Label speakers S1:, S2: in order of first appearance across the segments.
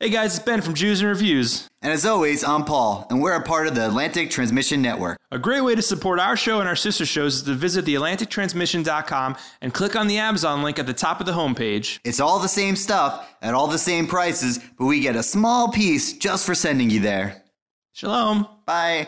S1: Hey guys, it's Ben from Jews and Reviews.
S2: And as always, I'm Paul, and we're a part of the Atlantic Transmission Network.
S1: A great way to support our show and our sister shows is to visit theatlantictransmission.com and click on the Amazon link at the top of the homepage.
S2: It's all the same stuff at all the same prices, but we get a small piece just for sending you there.
S1: Shalom.
S2: Bye.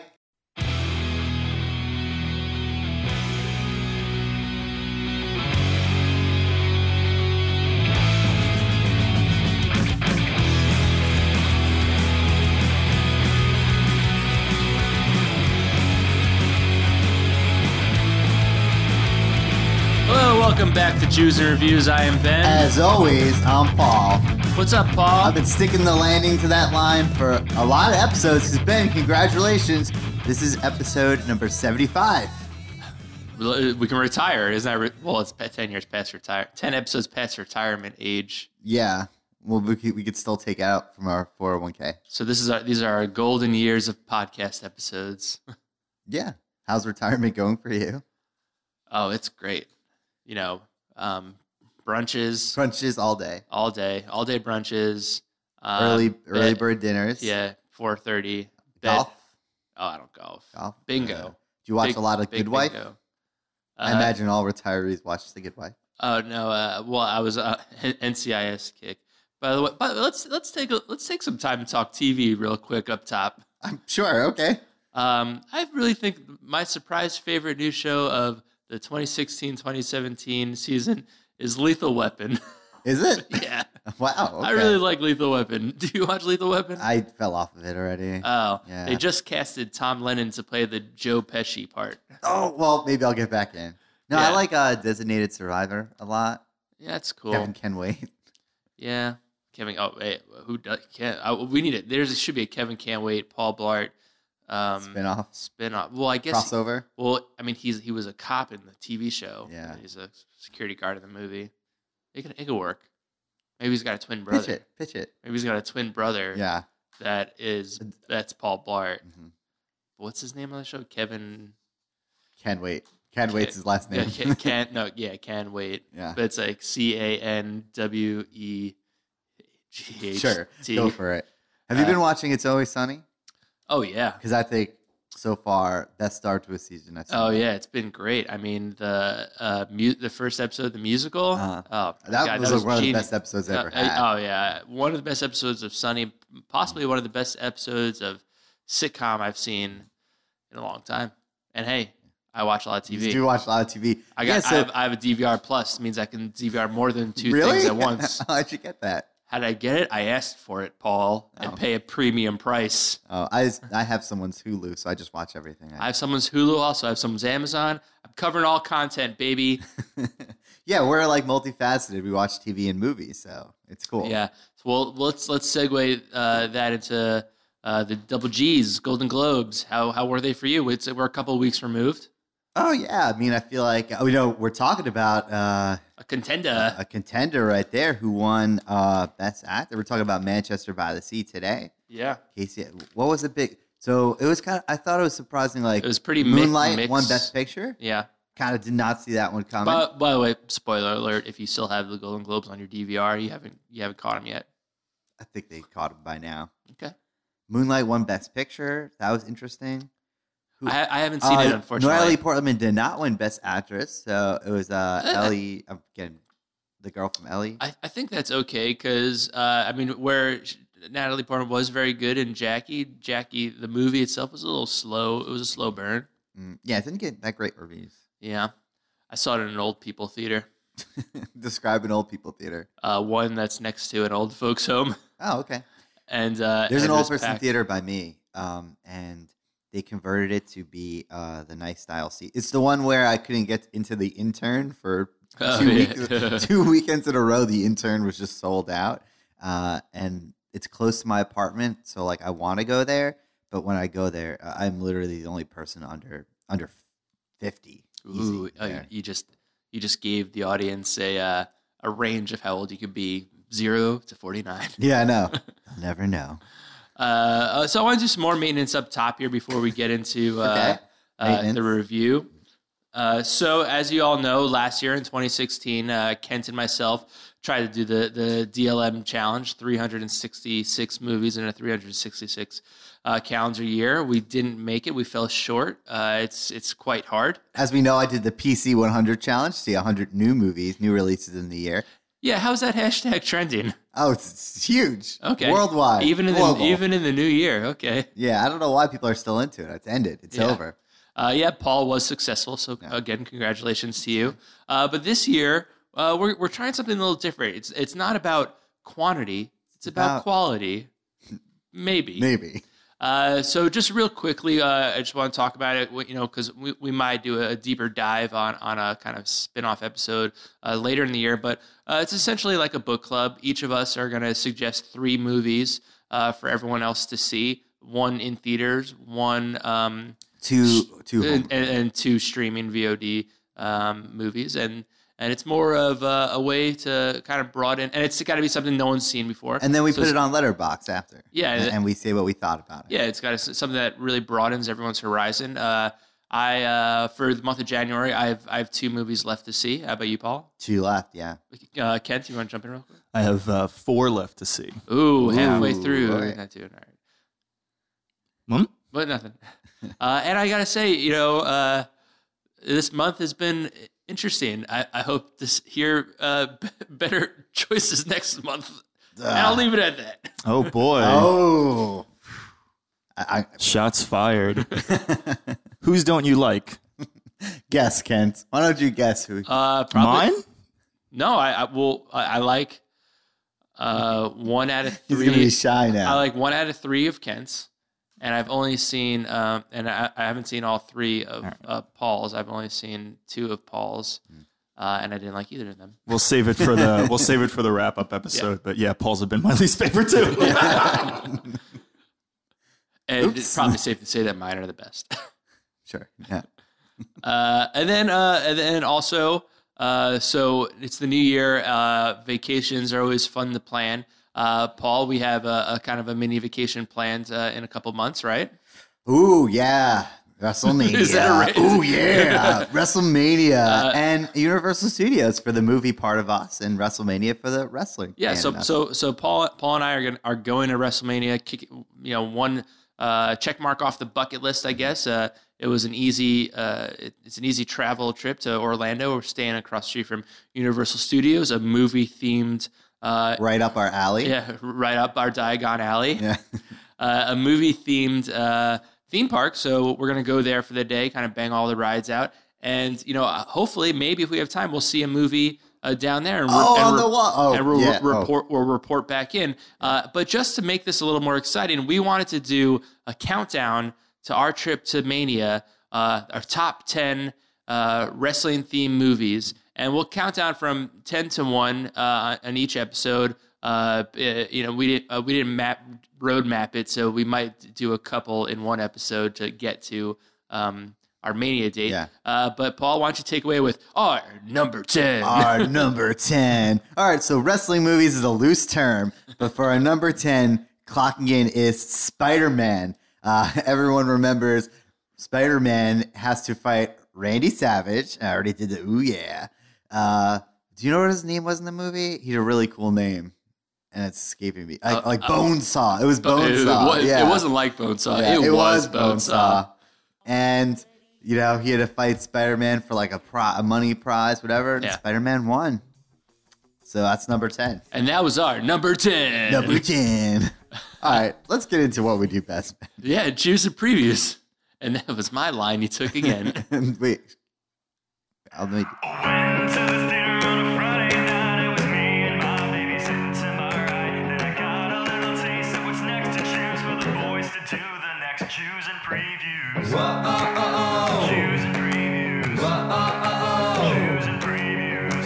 S1: Hello, welcome back to Jews and Reviews. I am Ben.
S2: As always, I'm Paul.
S1: What's up, Paul?
S2: Uh, I've been sticking the landing to that line for a lot of episodes. Because Ben, congratulations, this is episode number 75.
S1: uh, We can retire. Isn't that re- well? It's pa- ten years past retire. Ten episodes past retirement age.
S2: Yeah, well, we could, we could still take out from our 401k.
S1: So this is our these are our golden years of podcast episodes.
S2: Yeah, how's retirement going for you?
S1: Oh, it's great. You know, um, brunches
S2: Crunches all day,
S1: all day, all day brunches.
S3: Uh,
S1: Um,
S2: early early
S1: bed-
S2: bird dinners.
S1: Yeah, four thirty.
S2: golf.
S1: Oh, I don't golf.
S2: golf.
S1: Bingo.
S2: Uh, Do you watch
S1: Big-
S2: a lot of
S1: big
S2: Good Wife?
S1: bingo.
S2: I
S1: Uh,
S2: imagine all retirees watch The Good Wife.
S1: Oh no! Uh, well, I was uh, NCIS kick. By the way, but let's let's take a, let's take some time to talk TV real quick up top.
S2: I'm sure. Okay.
S1: Um, I really think my surprise favorite new show of the 2016-2017 season is Lethal Weapon.
S2: Is it?
S1: yeah,
S2: Wow. okay.
S1: I really like Lethal Weapon. Do you watch Lethal Weapon?
S2: I fell off of it already.
S1: oh,
S2: yeah.
S1: they just casted Tom Lennon to play the Joe Pesci part.
S2: oh well, maybe I'll get back in. No, I
S1: Yeah.
S2: like uh, Designated Survivor a lot.
S1: Yeah, that's cool.
S2: Kevin can wait.
S1: Yeah, Kevin. Oh, wait, who does? Can I, we need it? There's should be a Kevin Can't Wait, Paul Blart, um,
S2: Spinoff
S1: spin-off. Well, I guess.
S2: crossover.
S1: Well, I mean, he's he was a cop in the TV show.
S2: Yeah.
S1: he's a security guard in the movie. It could it could work. Maybe he's got a twin
S2: Pitch
S1: brother.
S2: it. Pitch it.
S1: Maybe he's got a twin brother.
S2: Yeah.
S1: that is that's Paul Blart.
S2: Mhm.
S1: What's his name on the show? Kevin.
S2: Can wait. Can wait's his last
S1: Yeah,
S2: name.
S1: can, can no, yeah, can wait.
S2: Yeah.
S1: But it's like C A N W E G H.
S2: Sure.
S1: T.
S2: Go for it. Have you
S1: Uh,
S2: been watching It's Always Sunny?
S1: Oh yeah.
S2: Because I think so far best start to a season. I've seen.
S1: Oh yeah, it's been great. I mean, the uh, mu- the first episode, the musical.
S2: Uh-huh.
S1: oh,
S2: That
S1: God,
S2: was, like, one
S1: genius.
S2: of the best episodes I
S1: Uh,
S2: ever
S1: I-
S2: had.
S1: oh yeah, one of the best episodes of Sunny, possibly one of the best episodes of sitcom I've seen in a long time. And hey, I watch a lot of
S2: You do
S1: TV.
S2: watch a lot of TV.
S1: I got
S2: Yeah,
S1: I,
S2: so-
S1: have, I have a DVR plus. It means I can DVR more than two things at once.
S2: How'd you get that?
S1: How did I get it? I asked for it, Paul,
S2: Oh.
S1: and pay a premium price.
S2: Oh, I I have someone's Hulu, so I just watch everything.
S1: I have someone's Hulu, also I have someone's Amazon. I'm covering all content, baby.
S2: yeah, we're like multifaceted. We watch TV and movies, so it's cool.
S1: Yeah. So well, let's let's segue uh, that into uh, the double G's, Golden Globes. How how were they for you? It's, we're a couple of weeks removed.
S2: Oh yeah. I mean, I feel like oh, you know we're talking about uh,
S1: A contender.
S2: a contender right there who won uh, Best Actor. We're talking about Manchester by the Sea today.
S1: yeah.
S2: Casey, what was the big? So it was kind of. I thought it was surprising. Like
S1: It was pretty mi-
S2: Moonlight
S1: mixed.
S2: won Best Picture.
S1: Yeah.
S2: Kind of did not see that one coming.
S1: But by the way, spoiler alert: if you still have the Golden Globes on your DVR, you haven't you haven't caught them yet.
S2: I think they caught him by now.
S1: Okay.
S2: Moonlight won Best Picture. That was interesting. Who-
S1: I, ha- I haven't seen
S2: Uh,
S1: it unfortunately.
S2: Natalie Portman did not win Best Actress, so it was uh,
S1: Eh.
S2: Ellie I'm again, the girl from Ellie.
S1: I, I think that's okay because uh, I mean, where sh- Natalie Portman was very good in Jackie, Jackie the movie itself was a little slow. It was a slow burn.
S2: Mm, yeah, it didn't get that great reviews.
S1: Yeah, I saw it in an old people theater.
S2: Describe an old people theater.
S1: uh, one that's next to an old folks home,
S2: Oh, okay.
S1: and uh,
S2: There's an
S1: and
S2: old
S1: it's
S2: person
S1: packed.
S2: theater by me, um, and they converted it to be uh, the nice style seat. It's the one where I couldn't get into the intern for
S1: Oh,
S2: two,
S1: yeah.
S2: weeks, two weekends in a row. The intern was just sold out, uh, and it's close to my apartment, so like I want to go there, but when I go there, uh, I'm literally the only person under under fifty. easy
S1: Ooh, oh, you,
S2: there.
S1: you just you just gave the audience a uh, a range of how old you could be, zero to forty nine.
S2: yeah, I know. I'll never know.
S1: Uh, uh, so I want to do some more maintenance up top here before we get into uh,
S2: Okay.
S1: uh, the
S2: Maintenance.
S1: review. Uh, so, as you all know, last year in 2016, uh, Kent and myself tried to do the the DLM challenge, 366 movies in a 366 uh, calendar year. We didn't make it. We fell short. Uh, it's it's quite hard.
S2: As we know, I did the PC 100 challenge, see 100 new movies, new releases in the year.
S1: Yeah, how's that hashtag trending?
S2: Oh, it's, it's huge.
S1: Okay,
S2: Worldwide.
S1: even in the,
S2: global.
S1: even in the new year. Okay.
S2: Yeah, I don't know why people are still into it. It's ended. It's
S1: Yeah.
S2: over.
S1: Uh, yeah, Paul was successful. So
S2: Yeah.
S1: again, congratulations to you. Uh, but this year, uh, we're we're trying something a little different. It's it's not about quantity. It's about,
S2: about-
S1: quality. Maybe.
S2: Maybe.
S1: Uh, so just real quickly, uh, I just want to talk about it. You know, because we, we might do a deeper dive on on a kind of spin off episode uh, later in the year. But uh, it's essentially like a book club. Each of us are going to suggest three movies uh, for everyone else to see. One in theaters, one. Um,
S2: Two, two home.
S1: and, and, and two streaming VOD um, movies, and and it's more of a, a way to kind of broaden, and it's got to be something no one's seen before.
S2: And then we
S1: So
S2: put
S1: it's-
S2: it on Letterbox after.
S1: Yeah,
S2: and,
S1: and-
S2: and we say what we thought about it.
S1: Yeah, it's got to, something that really broadens everyone's horizon. Uh, I uh, for the month of January, I've I have two movies left to see. How about you, Paul?
S2: Two left. Yeah,
S1: Uh, Kent, you want to jump in real quick?
S4: I have uh, four left to see.
S1: Ooh, halfway
S2: Ooh,
S1: through.
S2: all right.
S1: Not doing all right.
S4: Hmm?
S1: but nothing. uh, and I gotta say, you know, uh, this month has been interesting. I, I hope to s- hear uh, b- better choices next month. and I'll
S2: Ugh.
S1: leave it at that.
S4: Oh boy!
S2: Oh, I,
S4: Shots fired.
S2: I
S4: Whose don't you like?
S2: guess Kent. Why don't you guess who?
S1: Uh, probably,
S4: Mine?
S1: No, I, I will. I, I like uh, one out of
S2: He's gonna
S1: three. Uh,
S2: be shy
S1: I
S2: now.
S1: like one out of three of Kent's, and I've only seen um, and I, I haven't seen all three of uh, Paul's. I've only seen two of Paul's,
S2: Hmm.
S1: uh, and I didn't like either of them.
S4: We'll save it for the we'll save it for the wrap up episode. But yeah, Paul's have been my least favorite too.
S1: And it's
S2: Oops.
S1: probably safe to say that mine are the best.
S2: sure. Yeah.
S1: Uh, and then uh, and then also uh, so it's the new year. Uh, vacations are always fun to plan. Uh, Paul, we have a, a kind of a mini vacation planned uh, in a couple months, right?
S2: Ooh, yeah. WrestleMania.
S1: Is that a raise?
S2: Ooh, yeah. WrestleMania
S1: Uh,
S2: and Universal Studios for the movie part of us, and WrestleMania for the wrestling.
S1: Yeah.
S2: fan
S1: So
S2: of us.
S1: so so Paul Paul and I are going are going to WrestleMania. Kick, it- you know one uh, check mark off the bucket list, I guess. Uh, it was an easy uh, it- it's an easy travel trip to Orlando. We're staying across the street from Universal Studios, a movie themed. Uh,
S2: right up our alley.
S1: Yeah, right up our Diagon Alley.
S2: Yeah.
S1: uh, a movie themed uh, theme park. So we're gonna go there for the day, kind of bang all the rides out, and you know, uh, hopefully, maybe if we have time, we'll see a movie uh, down there. And
S2: Oh,
S1: and
S2: on the wall. Oh,
S1: and we'll
S2: yeah.
S1: re- report. We'll report back in. Uh, but just to make this a little more exciting, we wanted to do a countdown to our trip to Mania, uh, our top ten uh, wrestling themed movies, and we'll count down from ten to one uh, on each episode. Uh, eh, you know, we didn't uh, we didn't map roadmap it, so we might do a couple in one episode to get to um, our Mania date.
S2: Yeah.
S1: Uh, but Paul, why don't you take away with our number ten?
S2: our number 10. All right, so wrestling movies is a loose term, but for our number 10, clocking in is Spider Man. Uh, everyone remembers Spider Man has to fight Randy Savage. I already did the ooh yeah. Uh, do you know what his name was in the movie? He had a really cool name, and it's escaping me. Like,
S1: Uh,
S2: like
S1: uh,
S2: Bonesaw. It was
S1: It,
S2: Bonesaw.
S1: was,
S2: yeah.
S1: not like Bonesaw.
S2: Yeah,
S1: Uh, it, was, uh, Bonesaw.
S2: uh, And you know, he had to fight Spider Man for like a, pro- a money prize, whatever. And
S1: Yeah.
S2: Spider Man won. So that's number 10.
S1: And that was our number 10.
S2: Number 10. All right, let's get into what we do best.
S1: Yeah, choose the previews. And that was my line you took again.
S2: Wait. I'll make-
S5: Went to this dinner on a Friday night. It was me and my baby sitting to my right. Then I got a little taste of what's next to choose for the boys to do the next Jews and previews. Jews and previews. Jews and previews.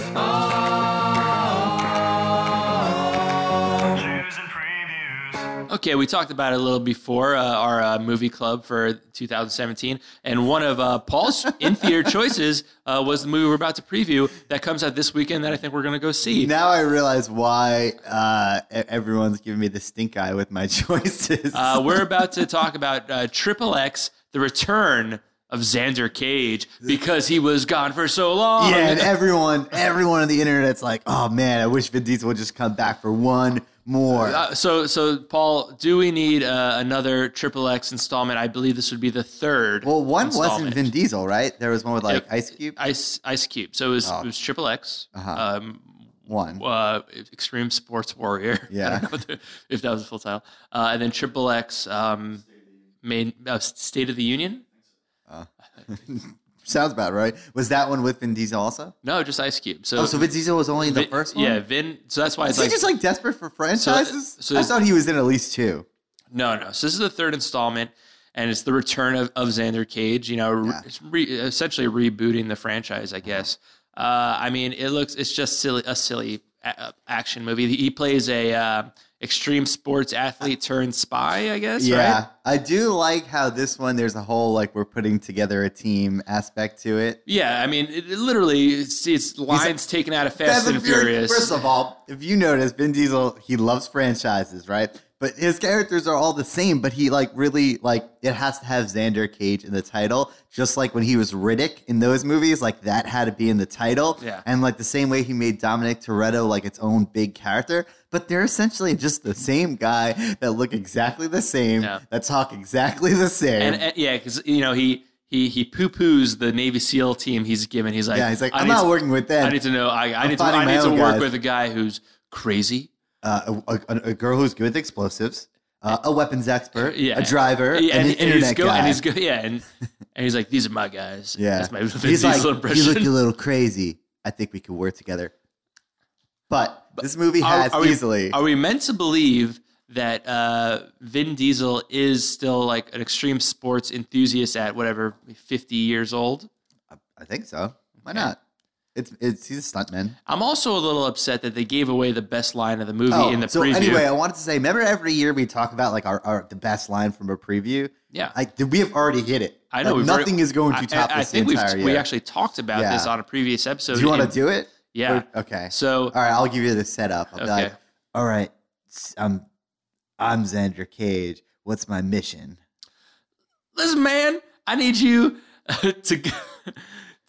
S5: Jews and previews.
S1: okay, we talked about it a little before uh, our uh, movie club for 2017. And one of uh, Paul's in theater choices uh, was the movie we're about to preview that comes out this weekend that I think we're going to go see.
S2: Now I realize why uh, e- everyone's giving me the stink eye with my choices.
S1: Uh, we're about to talk about uh, Triple X, the return of Xander Cage because he was gone for so long.
S2: yeah, and everyone, everyone on the internet's like, "Oh man, I wish Vin Diesel would just come back for one more."
S1: Uh, so, so Paul, do we need uh, another Triple X installment? I believe this would be the third.
S2: well, one wasn't
S1: installment.
S2: Vin Diesel, right? There was one with like
S1: Yep.
S2: Ice Cube.
S1: Ice Ice Cube. So it was
S2: Oh.
S1: it was Triple X,
S2: Uh-huh.
S1: um,
S2: One.
S1: uh, Extreme Sports Warrior.
S2: Yeah.
S1: I don't know what the- if that was a full title, uh, and then Triple X um, main uh, State of the Union.
S2: Sounds about right. Was that one with Vin Diesel also?
S1: No, just Ice Cube. So,
S2: Oh, so Vin Diesel was only in the
S1: Vin-
S2: first one.
S1: Yeah, Vin. So that's why
S2: Is
S1: it's
S2: he
S1: like,
S2: just like desperate for franchises?
S1: so
S2: I
S1: this-
S2: thought he was in at least two.
S1: no, no. So this is the third installment, and it's the return of, of Xander Cage. You know, re-
S2: Yeah.
S1: it's re- essentially rebooting the franchise, I guess. Uh, I mean, it looks it's just silly a silly a- a- action movie. He plays a uh, extreme sports athlete turned spy, I guess.
S2: yeah,
S1: right?
S2: I do like how this one. There's a whole like we're putting together a team aspect to it.
S1: Yeah, I mean, it, it literally, it's, it's lines taken out of Fast and
S2: Furious-
S1: Furious.
S2: First of all, if you notice, Vin Diesel he loves franchises, right? But his characters are all the same. But he like really like it has to have Xander Cage in the title, just like when he was Riddick in those movies, like that had to be in the title.
S1: Yeah.
S2: And like the same way he made Dominic Toretto like its own big character, but they're essentially just the same guy that look exactly the same,
S1: Yeah.
S2: that talk exactly the same.
S1: and, and- yeah, because you know he he he poo poos the Navy SEAL team he's given. He's like,
S2: yeah, he's like,
S1: I
S2: I'm
S1: need
S2: not
S1: to-
S2: working with them.
S1: I need to know. I, I need to.
S2: finding
S1: I
S2: my
S1: need to
S2: own
S1: work
S2: guys.
S1: with a guy who's crazy.
S2: uh, a, a, a girl who's good with explosives, uh, a weapons expert,
S1: Yeah.
S2: a driver,
S1: Yeah,
S2: and, an internet
S1: he's go-
S2: guy.
S1: And he's go- yeah, and and he's like, these are my guys.
S2: yeah,
S1: that's my Vin
S2: he's
S1: Diesel
S2: like,
S1: impression.
S2: you look a little crazy. I think we could work together. But this movie
S1: Are-
S2: has
S1: are we-
S2: easily.
S1: Are we meant to believe that uh, Vin Diesel is still like an extreme sports enthusiast at whatever fifty years old?
S2: I think so. Why not? It's it's he's a stuntman.
S1: I'm also a little upset that they gave away the best line of the movie in the
S2: Oh, so
S1: preview.
S2: anyway, I wanted to say. Remember, every year we talk about like our, our the best line from a preview.
S1: yeah,
S2: Like we have already hit it.
S1: I know
S2: Like,
S1: we've already-
S2: uh, nothing is going to top
S1: I, I
S2: this
S1: think
S2: the
S1: we've
S2: entire year.
S1: we actually talked about
S2: Yeah.
S1: this on a previous episode.
S2: do you want
S1: And-
S2: to do it?
S1: Yeah.
S2: Or- okay.
S1: So
S2: All right, I'll give you the setup. I'll be
S1: Okay.
S2: like, all right, s- I'm, I'm Xander Cage. What's my mission?
S1: listen, man, I need you to go,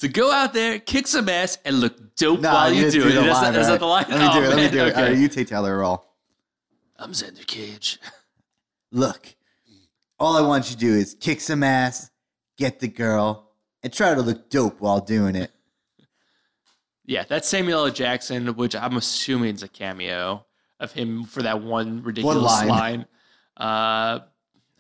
S1: to go out there, kick some ass, and look dope while you
S2: didn't
S1: do it.
S2: the
S1: That's
S2: line,
S1: not- that's
S2: right?
S1: not the line.
S2: Let me
S1: Oh,
S2: do it. Let me
S1: man,
S2: do it.
S1: okay.
S2: All right, you take the other role.
S1: I'm Xander Cage.
S2: Look, all I want you to do is kick some ass, get the girl, and try to look dope while doing it.
S1: Oh. Yeah, that's Samuel L. Jackson, which I'm assuming is a cameo of him for that one ridiculous
S2: line.
S1: Uh, I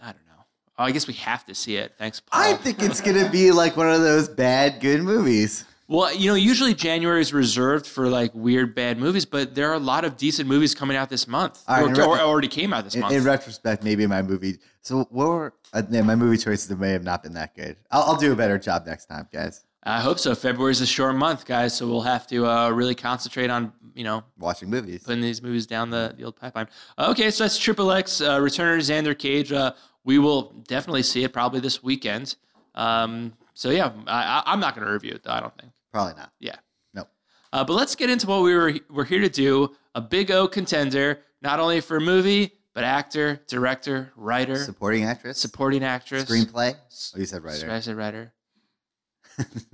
S1: don't know. Oh, I guess we have to see it. Thanks, Paul.
S2: I think it's gonna be like one of those bad good movies.
S1: Well, you know, usually January is reserved for like weird bad movies, but there are a lot of decent movies coming out this month,
S2: All right,
S1: or,
S2: in re-
S1: or already came out this
S2: In,
S1: month.
S2: in retrospect, maybe my movie. So what were uh, yeah, my movie choices may have not been that good. I'll, I'll do a better job next time, guys.
S1: I hope so. February's a short month, guys, so we'll have to uh, really concentrate on you know
S2: Watching movies.
S1: putting these movies down the, the old pipeline. Okay, so that's Triple X, uh, Returner Xander Cage. Uh, we will definitely see it probably this weekend. Um, so yeah, I, I, I'm not going to review it though. I don't think.
S2: Probably not.
S1: Yeah.
S2: Nope.
S1: Uh, but let's get into what we were we're here to do. A big O contender, not only for movie but actor, director, writer,
S2: Supporting actress.
S1: supporting actress,
S2: Screenplay? Oh, you said
S1: Sorry,
S2: writer.
S1: I said writer.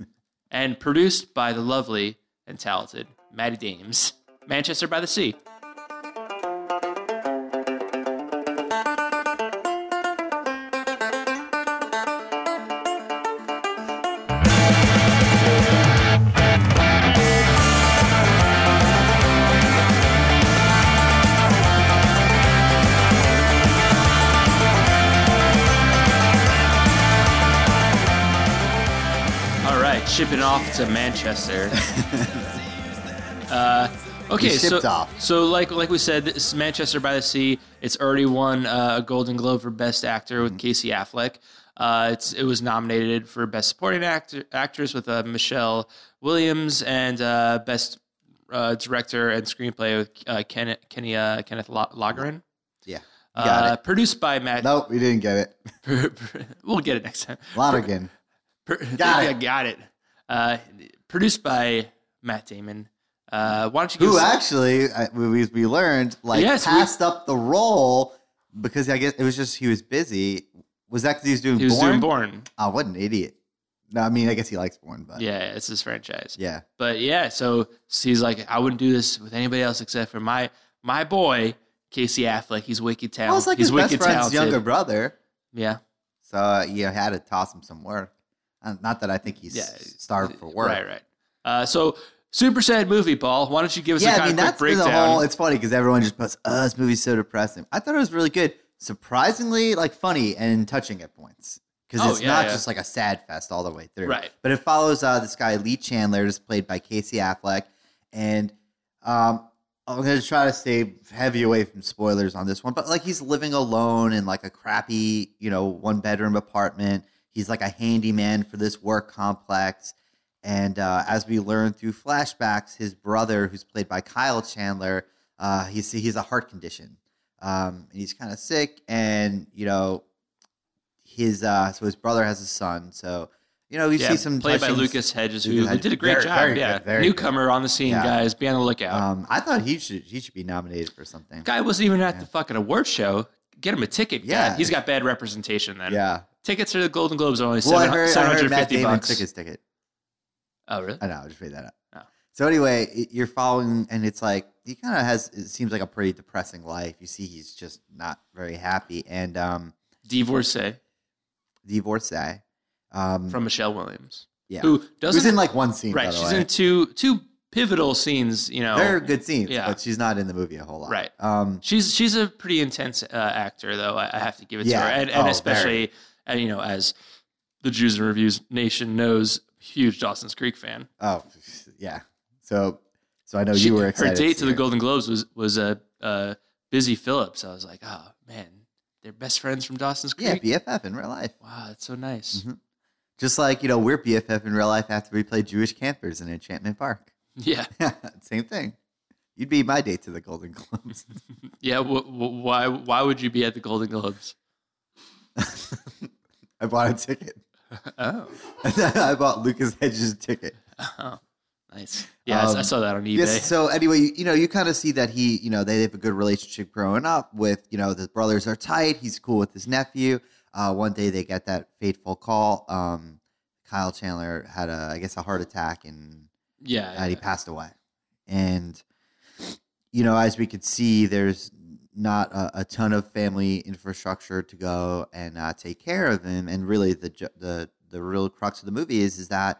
S1: and produced by the lovely and talented Maddie Dames, Manchester by the Sea. All right, shipping off to Manchester. uh, okay,
S2: We
S1: so
S2: shipped off.
S1: so like like we said, this is Manchester by the Sea. It's already won uh, a Golden Globe for Best Actor
S2: Mm-hmm.
S1: with Casey Affleck. Uh, it's, it was nominated for Best Supporting Actor, Actress with uh, Michelle Williams and uh, Best uh, Director and Screenplay with uh, Ken, Kenny, uh, Kenneth Lo- Loggren.
S2: Yeah. Got
S1: Uh, produced by Matt.
S2: Nope, we didn't get it.
S1: we'll get it next time.
S2: Lonergan.
S1: Per-
S2: Got
S1: yeah,
S2: it.
S1: got it. Uh, produced by Matt Damon. Uh, why don't you give
S2: Who
S1: us-
S2: actually, I- we, we learned, like,
S1: Yes, we-
S2: passed up the role because I guess it was just he was busy. Was that because he was doing
S1: he was
S2: Born?
S1: doing Born?
S2: Oh, what an idiot. No, I mean, I guess he likes porn, but yeah.
S1: Yeah, it's his franchise. But yeah, so he's like, I wouldn't do this with anybody else except for my my boy Casey Affleck. He's wicked talented.
S2: Well, it's like
S1: he's
S2: his best
S1: wicked
S2: friend's younger brother.
S1: Yeah,
S2: So uh, you had to toss him some work. Uh, Not that I think he's
S1: Yeah,
S2: starved for work.
S1: right, right. Uh, so super sad movie, Paul. Why don't you give us a
S2: Yeah,
S1: kind
S2: I mean
S1: of
S2: that's
S1: quick
S2: been
S1: breakdown?
S2: the whole. It's funny because everyone just posts, "Oh, this movie's so depressing." I thought it was really good, surprisingly like funny and touching at points because
S1: Oh,
S2: it's
S1: yeah,
S2: not
S1: yeah.
S2: just like a sad fest all the way through.
S1: Right.
S2: But it follows uh, this guy Lee Chandler, just played by Casey Affleck, and um, I'm gonna try to stay heavy away from spoilers on this one. But like he's living alone in like a crappy, you know, one bedroom apartment. He's like a handyman for this work complex. And uh, as we learn through flashbacks, his brother, who's played by Kyle Chandler, uh, he's he's a heart condition, um, and he's kind of sick. And you know, his uh, so his brother has a son. So you know, we
S1: yeah,
S2: see some
S1: played by
S2: touching-
S1: Lucas Hedges, who,
S2: Lucas
S1: who
S2: Hedges.
S1: did a great
S2: Very-
S1: job.
S2: very
S1: yeah,
S2: good, very
S1: newcomer on the scene,
S2: Yeah.
S1: guys. Be on the lookout.
S2: Um, I thought he should he should be nominated for something.
S1: Guy wasn't even at
S2: yeah.
S1: the fucking award show. Get him a ticket. Yeah,
S2: Yeah.
S1: he's got bad representation. Then
S2: Yeah.
S1: tickets to the Golden Globes are only
S2: Well, I
S1: seven
S2: heard, I
S1: seven
S2: heard
S1: hundred
S2: Matt
S1: fifty
S2: Damon
S1: bucks.
S2: took his ticket.
S1: Oh really?
S2: I know. I just made that up.
S1: Oh.
S2: So anyway, it- you're following, and it's like he kind of has. It seems like a pretty depressing life. You see, he's just not very happy, and um,
S1: Divorcee
S2: divorcee. Um,
S1: from Michelle Williams,
S2: yeah,
S1: who
S2: who's
S1: doesn't
S2: in like one scene. by
S1: right.
S2: the
S1: She's
S2: way.
S1: in two two pivotal scenes. You know,
S2: They're good scenes,
S1: Yeah.
S2: but she's not in the movie a whole lot.
S1: Right.
S2: Um,
S1: she's she's a pretty intense uh, actor, though. I, I have to give it to
S2: Yeah.
S1: her, and, and
S2: Oh,
S1: especially uh, you know as the Jews and Reviews Nation knows, huge Dawson's Creek fan.
S2: oh, yeah. So, so I know
S1: She-
S2: Oh, you were excited.
S1: Her date
S2: see
S1: to the
S2: her.
S1: Golden Globes was was a uh, uh, Busy Phillips. I was like, oh man, they're best friends from Dawson's
S2: Yeah,
S1: Creek.
S2: BFF in real life.
S1: Wow, that's so nice.
S2: Mhm. Just like you know, we're BFF in real life after we play Jewish campers in Enchantment Park.
S1: Yeah,
S2: Same thing. You'd be my date to the Golden Globes.
S1: yeah. W- w- why why would you be at the Golden Globes?
S2: I bought a ticket.
S1: Oh,
S2: I bought Lucas Hedges' ticket.
S1: oh nice. Yeah, I s- I,
S2: Um,
S1: saw that on eBay.
S2: Yes. So anyway, you, you know, you kind of see that he, you know, they have a good relationship growing up. With you know, the brothers are tight. He's cool with his nephew. Uh, one day they get that fateful call. Um, Kyle Chandler had a, I guess, a heart attack and
S1: yeah,
S2: and Uh, he
S1: yeah.
S2: passed away. And you know, as we could see, there's not a, a ton of family infrastructure to go and uh, take care of him. And really, the ju- the the real crux of the movie is is that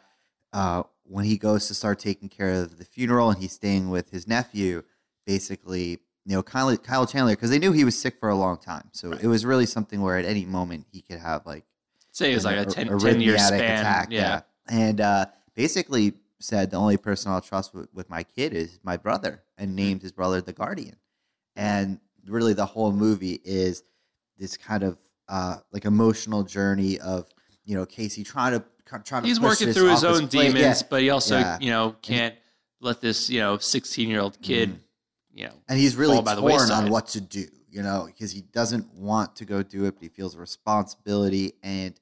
S2: uh, when he goes to start taking care of the funeral and he's staying with his nephew, basically. You know, Kyle, Kyle Chandler, because they knew he was sick for a long time. So it was really something where at any moment he could have like
S1: say it's
S2: and
S1: like a
S2: ar-
S1: 10,
S2: arrhythmiatic
S1: 10 year span. yeah.
S2: And uh, basically said the only person I'll trust with, with my kid is my brother
S1: Mm-hmm.
S2: and named his brother the guardian. And really the whole movie is this kind of uh, like emotional journey of, you know, Casey trying to trying to
S1: he's
S2: push
S1: working
S2: this
S1: through his
S2: off
S1: own
S2: plate.
S1: demons,
S2: Yeah.
S1: but he also,
S2: Yeah.
S1: you know, can't let this, you know, sixteen year old kid,
S2: Mhm.
S1: you know,
S2: and he's really
S1: fall by the
S2: torn
S1: wayside.
S2: on what to do, you know, because he doesn't want to go do it, but he feels a responsibility, and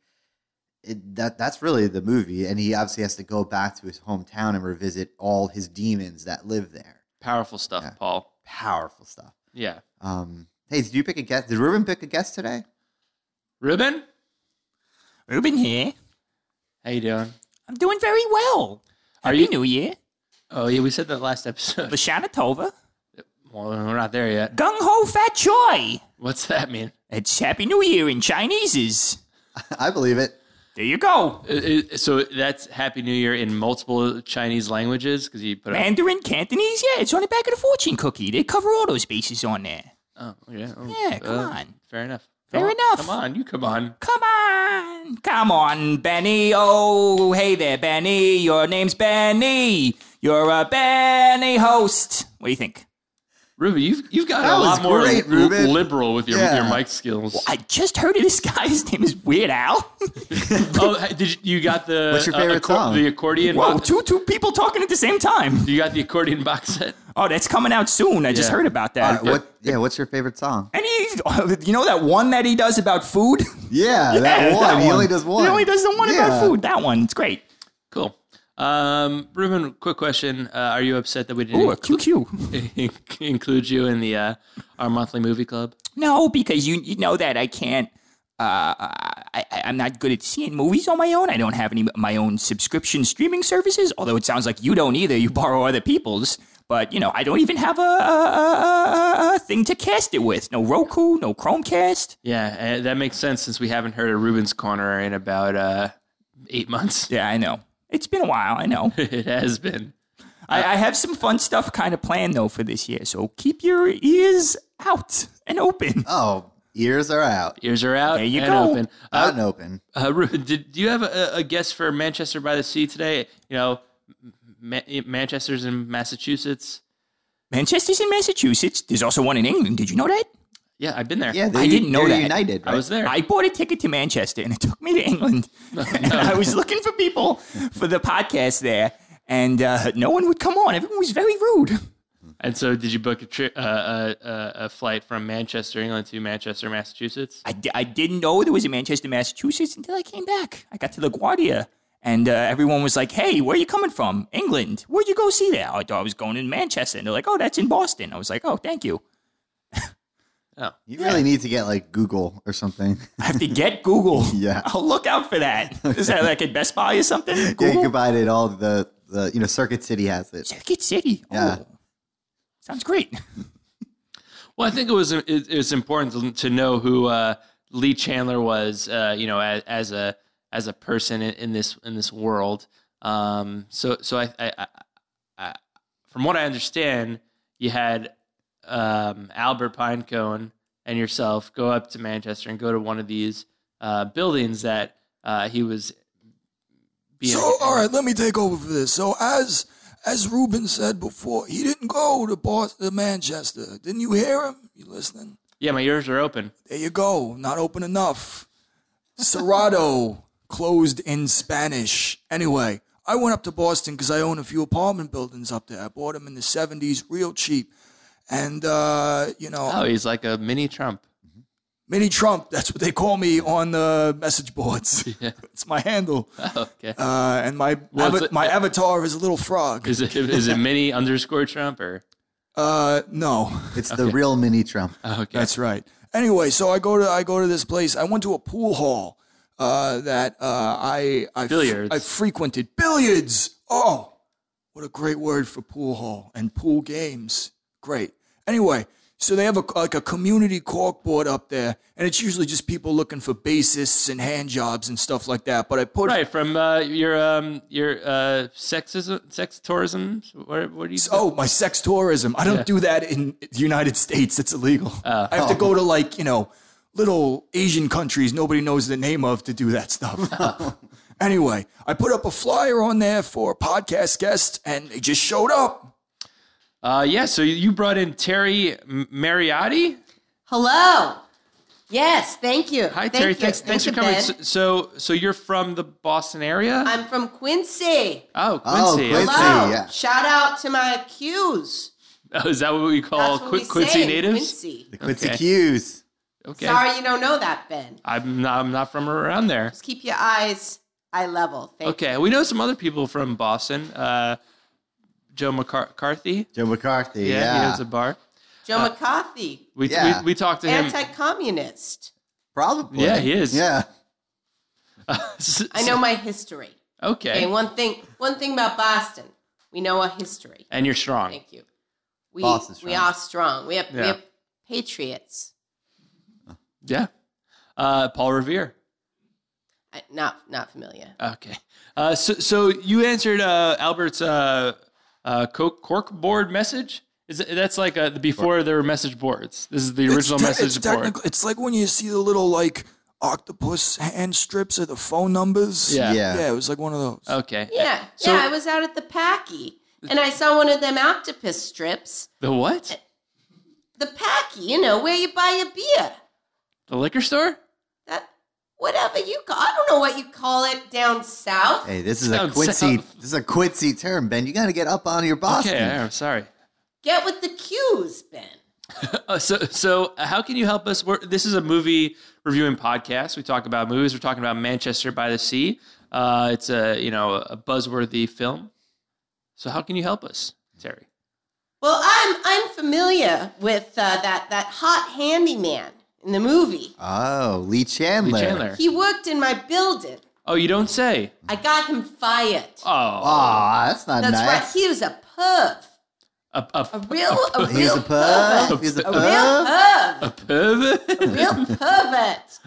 S2: it, that that's really the movie. And he obviously has to go back to his hometown and revisit all his demons that live there.
S1: powerful stuff,
S2: Yeah.
S1: Paul.
S2: Powerful stuff.
S1: Yeah,
S2: Um, hey, did you pick a guest? Did Ruben pick a guest today?
S1: Ruben,
S6: Ruben here.
S1: how you doing?
S6: I'm doing very well.
S1: Are
S6: Happy
S1: you-
S6: New Year.
S1: Oh yeah, we said that last episode.
S6: Lashana Tova.
S1: well, we're not there yet.
S6: Gung Ho Fat Choi.
S1: What's that mean?
S6: It's Happy New Year in Chinese's.
S2: I believe it.
S6: There you go.
S1: Uh, uh, So that's Happy New Year in multiple Chinese languages because you put up.
S6: Mandarin, Cantonese, yeah, it's on the back of the fortune cookie. They cover all those bases on there.
S1: Oh yeah, oh,
S6: Yeah, come
S1: uh,
S6: on.
S1: Fair enough.
S6: Fair
S1: Come on-
S6: enough.
S1: Come on, you come on.
S6: Come on. Come on, Benny. Oh, hey there, Benny. Your name's Benny. You're a Benny host. What do you think?
S1: Ruben, you've you've got
S2: That
S1: a lot
S2: was
S1: more
S2: great,
S1: li-
S2: Ruben.
S1: liberal with your
S2: Yeah.
S1: your mic skills.
S6: I just heard of this guy. His name is Weird Al.
S1: oh, hey, did you, you got the
S2: What's your favorite
S1: accor-
S2: song?
S1: The accordion.
S6: Whoa,
S1: box-
S6: two two people talking at the same time.
S1: You got the accordion box set.
S6: Oh, that's coming out soon. I just
S1: Yeah.
S6: heard about
S2: All
S6: that.
S2: right, Uh, what? Yeah, what's your favorite song?
S6: And he, you know that one that he does about food?
S2: Yeah,
S6: Yeah,
S2: that one.
S6: that
S2: He
S6: one.
S2: only does one.
S6: He only does the one
S2: Yeah.
S6: about food. That one. It's great.
S1: Cool. Um, Ruben, quick question: uh, Are you upset that we didn't
S6: Ooh, a QQ.
S1: inclu- include you in the uh, our monthly movie club?
S6: No, because you you know that I can't uh, I, I- I'm not good at seeing movies on my own. I don't have any my own subscription streaming services. Although it sounds like you don't either. You borrow other people's. But you know, I don't even have a, a, a, a- a thing to cast it with. No Roku, no Chromecast.
S1: Yeah, and that makes sense since we haven't heard a Ruben's Corner in about uh, eight months.
S6: Yeah, I know. It's been a while. I know.
S1: it has been.
S6: I, I have some fun stuff kind of planned though for this year. So keep your ears out and open.
S2: Oh, ears are out.
S1: Ears are out
S6: There you
S1: and
S6: go.
S1: open.
S2: Out
S1: Uh,
S2: and open.
S1: uh, Ruben, did do you have a, a guess for Manchester by the Sea today? You know, Ma- Manchester's in Massachusetts.
S6: Manchester's in Massachusetts. There's also one in England. Did you know that?
S1: Yeah, I've been there.
S2: Yeah, they,
S6: I didn't know
S2: they're
S6: that.
S2: United. Right?
S1: I was there.
S6: I bought a ticket to Manchester and it took me to England. And I was looking for people for the podcast there, and uh, no one would come on. Everyone was very rude.
S1: and so, did you book a trip, uh, uh, uh, a flight from Manchester, England, to Manchester, Massachusetts?
S6: I, di- I didn't know there was a Manchester, Massachusetts until I came back. I got to LaGuardia, and uh, everyone was like, hey, where are you coming from? England. Where'd you go see that? I thought I was going in Manchester. And they're like, oh, that's in Boston. I was like, oh, thank you.
S1: Oh,
S2: You really need to get like Google or something.
S6: I have to get Google.
S2: Yeah.
S6: I'll look out for that. Is that like at Best Buy or something?
S2: yeah, you
S6: Google?
S2: can buy it at all the, the you know Circuit City has it.
S6: Circuit City.
S2: Yeah.
S6: Oh, sounds great.
S1: Well, I think it was it, it's important to, to know who uh, Lee Chandler was, uh, you know, as, as a as a person in, in this in this world. Um, so so I, I, I, I, from what I understand, you had um, Albert Pinecone and yourself go up to Manchester and go to one of these uh, buildings that uh, he was. Being
S3: So, all right, let me take over for this. So, as as Ruben said before, he didn't go to Boston, to Manchester. Didn't you hear him? You listening?
S1: yeah, my ears are open.
S3: There you go. Not open enough. Cerrado closed in Spanish. Anyway, I went up to Boston because I own a few apartment buildings up there. I bought them in the '70s, real cheap. And uh, you know,
S1: Oh, he's like a mini Trump.
S3: Mini Trump. That's what they call me on the message boards. it's my handle.
S1: Oh, Okay,
S3: Uh, and my
S1: Well,
S3: ava-
S1: it's a-
S3: my avatar is a little frog.
S1: is it is it mini underscore Trump or
S3: Uh, no,
S2: It's the real mini Trump.
S1: okay?
S3: that's right. Anyway, so I go to I go to this place. I went to a pool hall uh, that uh, I I f-
S1: Billiards.
S3: I frequented billiards. Oh, what a great word for pool hall and pool games. Great. Anyway, so they have a, like a community corkboard up there, and it's usually just people looking for bassists and hand jobs and stuff like that. But I put
S1: Right from uh, your um, your uh, sexism, sex tourism. What, what do you?
S3: Oh, my sex tourism. I don't
S1: Yeah.
S3: do that in the United States. It's illegal.
S4: Uh,
S3: I have to
S4: oh.
S3: go to like, you know, little Asian countries nobody knows the name of to do that stuff.
S4: Oh.
S3: anyway, I put up a flyer on there for podcast guests and they just showed up.
S1: Uh, yeah. So you brought in Terry M- Mariotti.
S7: Hello. Yes, thank you.
S1: Hi,
S7: Thank
S1: Terry.
S7: you.
S1: Thanks, thanks for
S7: you,
S1: coming.
S7: Ben.
S1: So, so, so you're from the Boston area?
S7: I'm from Quincy.
S1: oh,
S2: Oh,
S1: Quincy.
S2: Quincy.
S7: Hello.
S2: yeah.
S7: Shout out to my Qs.
S1: Oh, is that what we call
S7: That's what
S1: Qu-
S7: we
S1: Quincy
S7: say in
S1: natives?
S7: Quincy.
S2: The Quincy
S1: Okay.
S2: Hughes.
S1: Okay.
S7: Sorry you don't know that, Ben.
S1: I'm not. I'm not from around there.
S7: Just keep your eyes eye level. Thank you.
S1: Okay. We know some other people from Boston. Uh, Joe McCar- McCarthy.
S2: Joe McCarthy.
S1: Yeah,
S2: Yeah.
S1: he owns a bar.
S7: Joe McCarthy,
S1: We,
S2: Yeah.
S1: we Uh, we talked to him.
S7: anti-communist.
S2: Probably.
S1: Yeah, he is.
S2: Yeah.
S7: I know my history.
S1: Okay.
S7: Okay, one thing one thing about Boston. We know our history.
S1: and you're strong.
S7: Thank you. We
S2: Boston's
S7: we
S2: strong.
S7: are strong. We have we
S1: Yeah.
S7: have patriots.
S1: Yeah. Uh, Paul Revere.
S7: I, not not familiar.
S1: Okay. Uh, so, so you answered uh, Albert's uh, uh, co- cork board message. Is it, that's like uh before there were message boards. This is the original
S3: te-
S1: message board.
S3: technic- It's like when you see the little like octopus hand strips of the phone numbers.
S1: Yeah.
S2: Yeah.
S3: Yeah, it was like one of those.
S1: Okay.
S7: Yeah,
S1: So-
S7: yeah. I was out at the Packy, and I saw one of them octopus strips.
S1: The what?
S7: The Packy, you know, where you buy your beer.
S1: The liquor store?
S7: That Uh, whatever you call. I don't know what you call it down south.
S2: Hey, this is a
S1: Sounds
S2: Quincy.
S1: tough.
S2: This is a Quincy term, Ben. You got to get up on your Boston.
S1: Okay. I'm sorry.
S7: Get with the cues, Ben.
S1: Uh, so, so how can you help us? We're, this is a movie reviewing podcast. We talk about movies. We're talking about Manchester by the Sea. Uh, it's a you know a buzzworthy film. So how can you help us, Terry?
S7: Well, I'm I'm familiar with uh, that that hot handyman in the movie.
S2: Oh, Lee Chandler.
S1: Lee Chandler.
S7: He worked in my building.
S1: oh, you don't say.
S7: I got him fired.
S1: Oh,
S2: Aw, that's not
S7: That's
S2: nice.
S7: right. He was a perv.
S1: a, a,
S7: A real, a real
S2: He's a puff.
S7: pervert.
S2: He's a
S7: A real
S2: puff.
S7: perv.
S1: a pervert.
S7: A real pervert.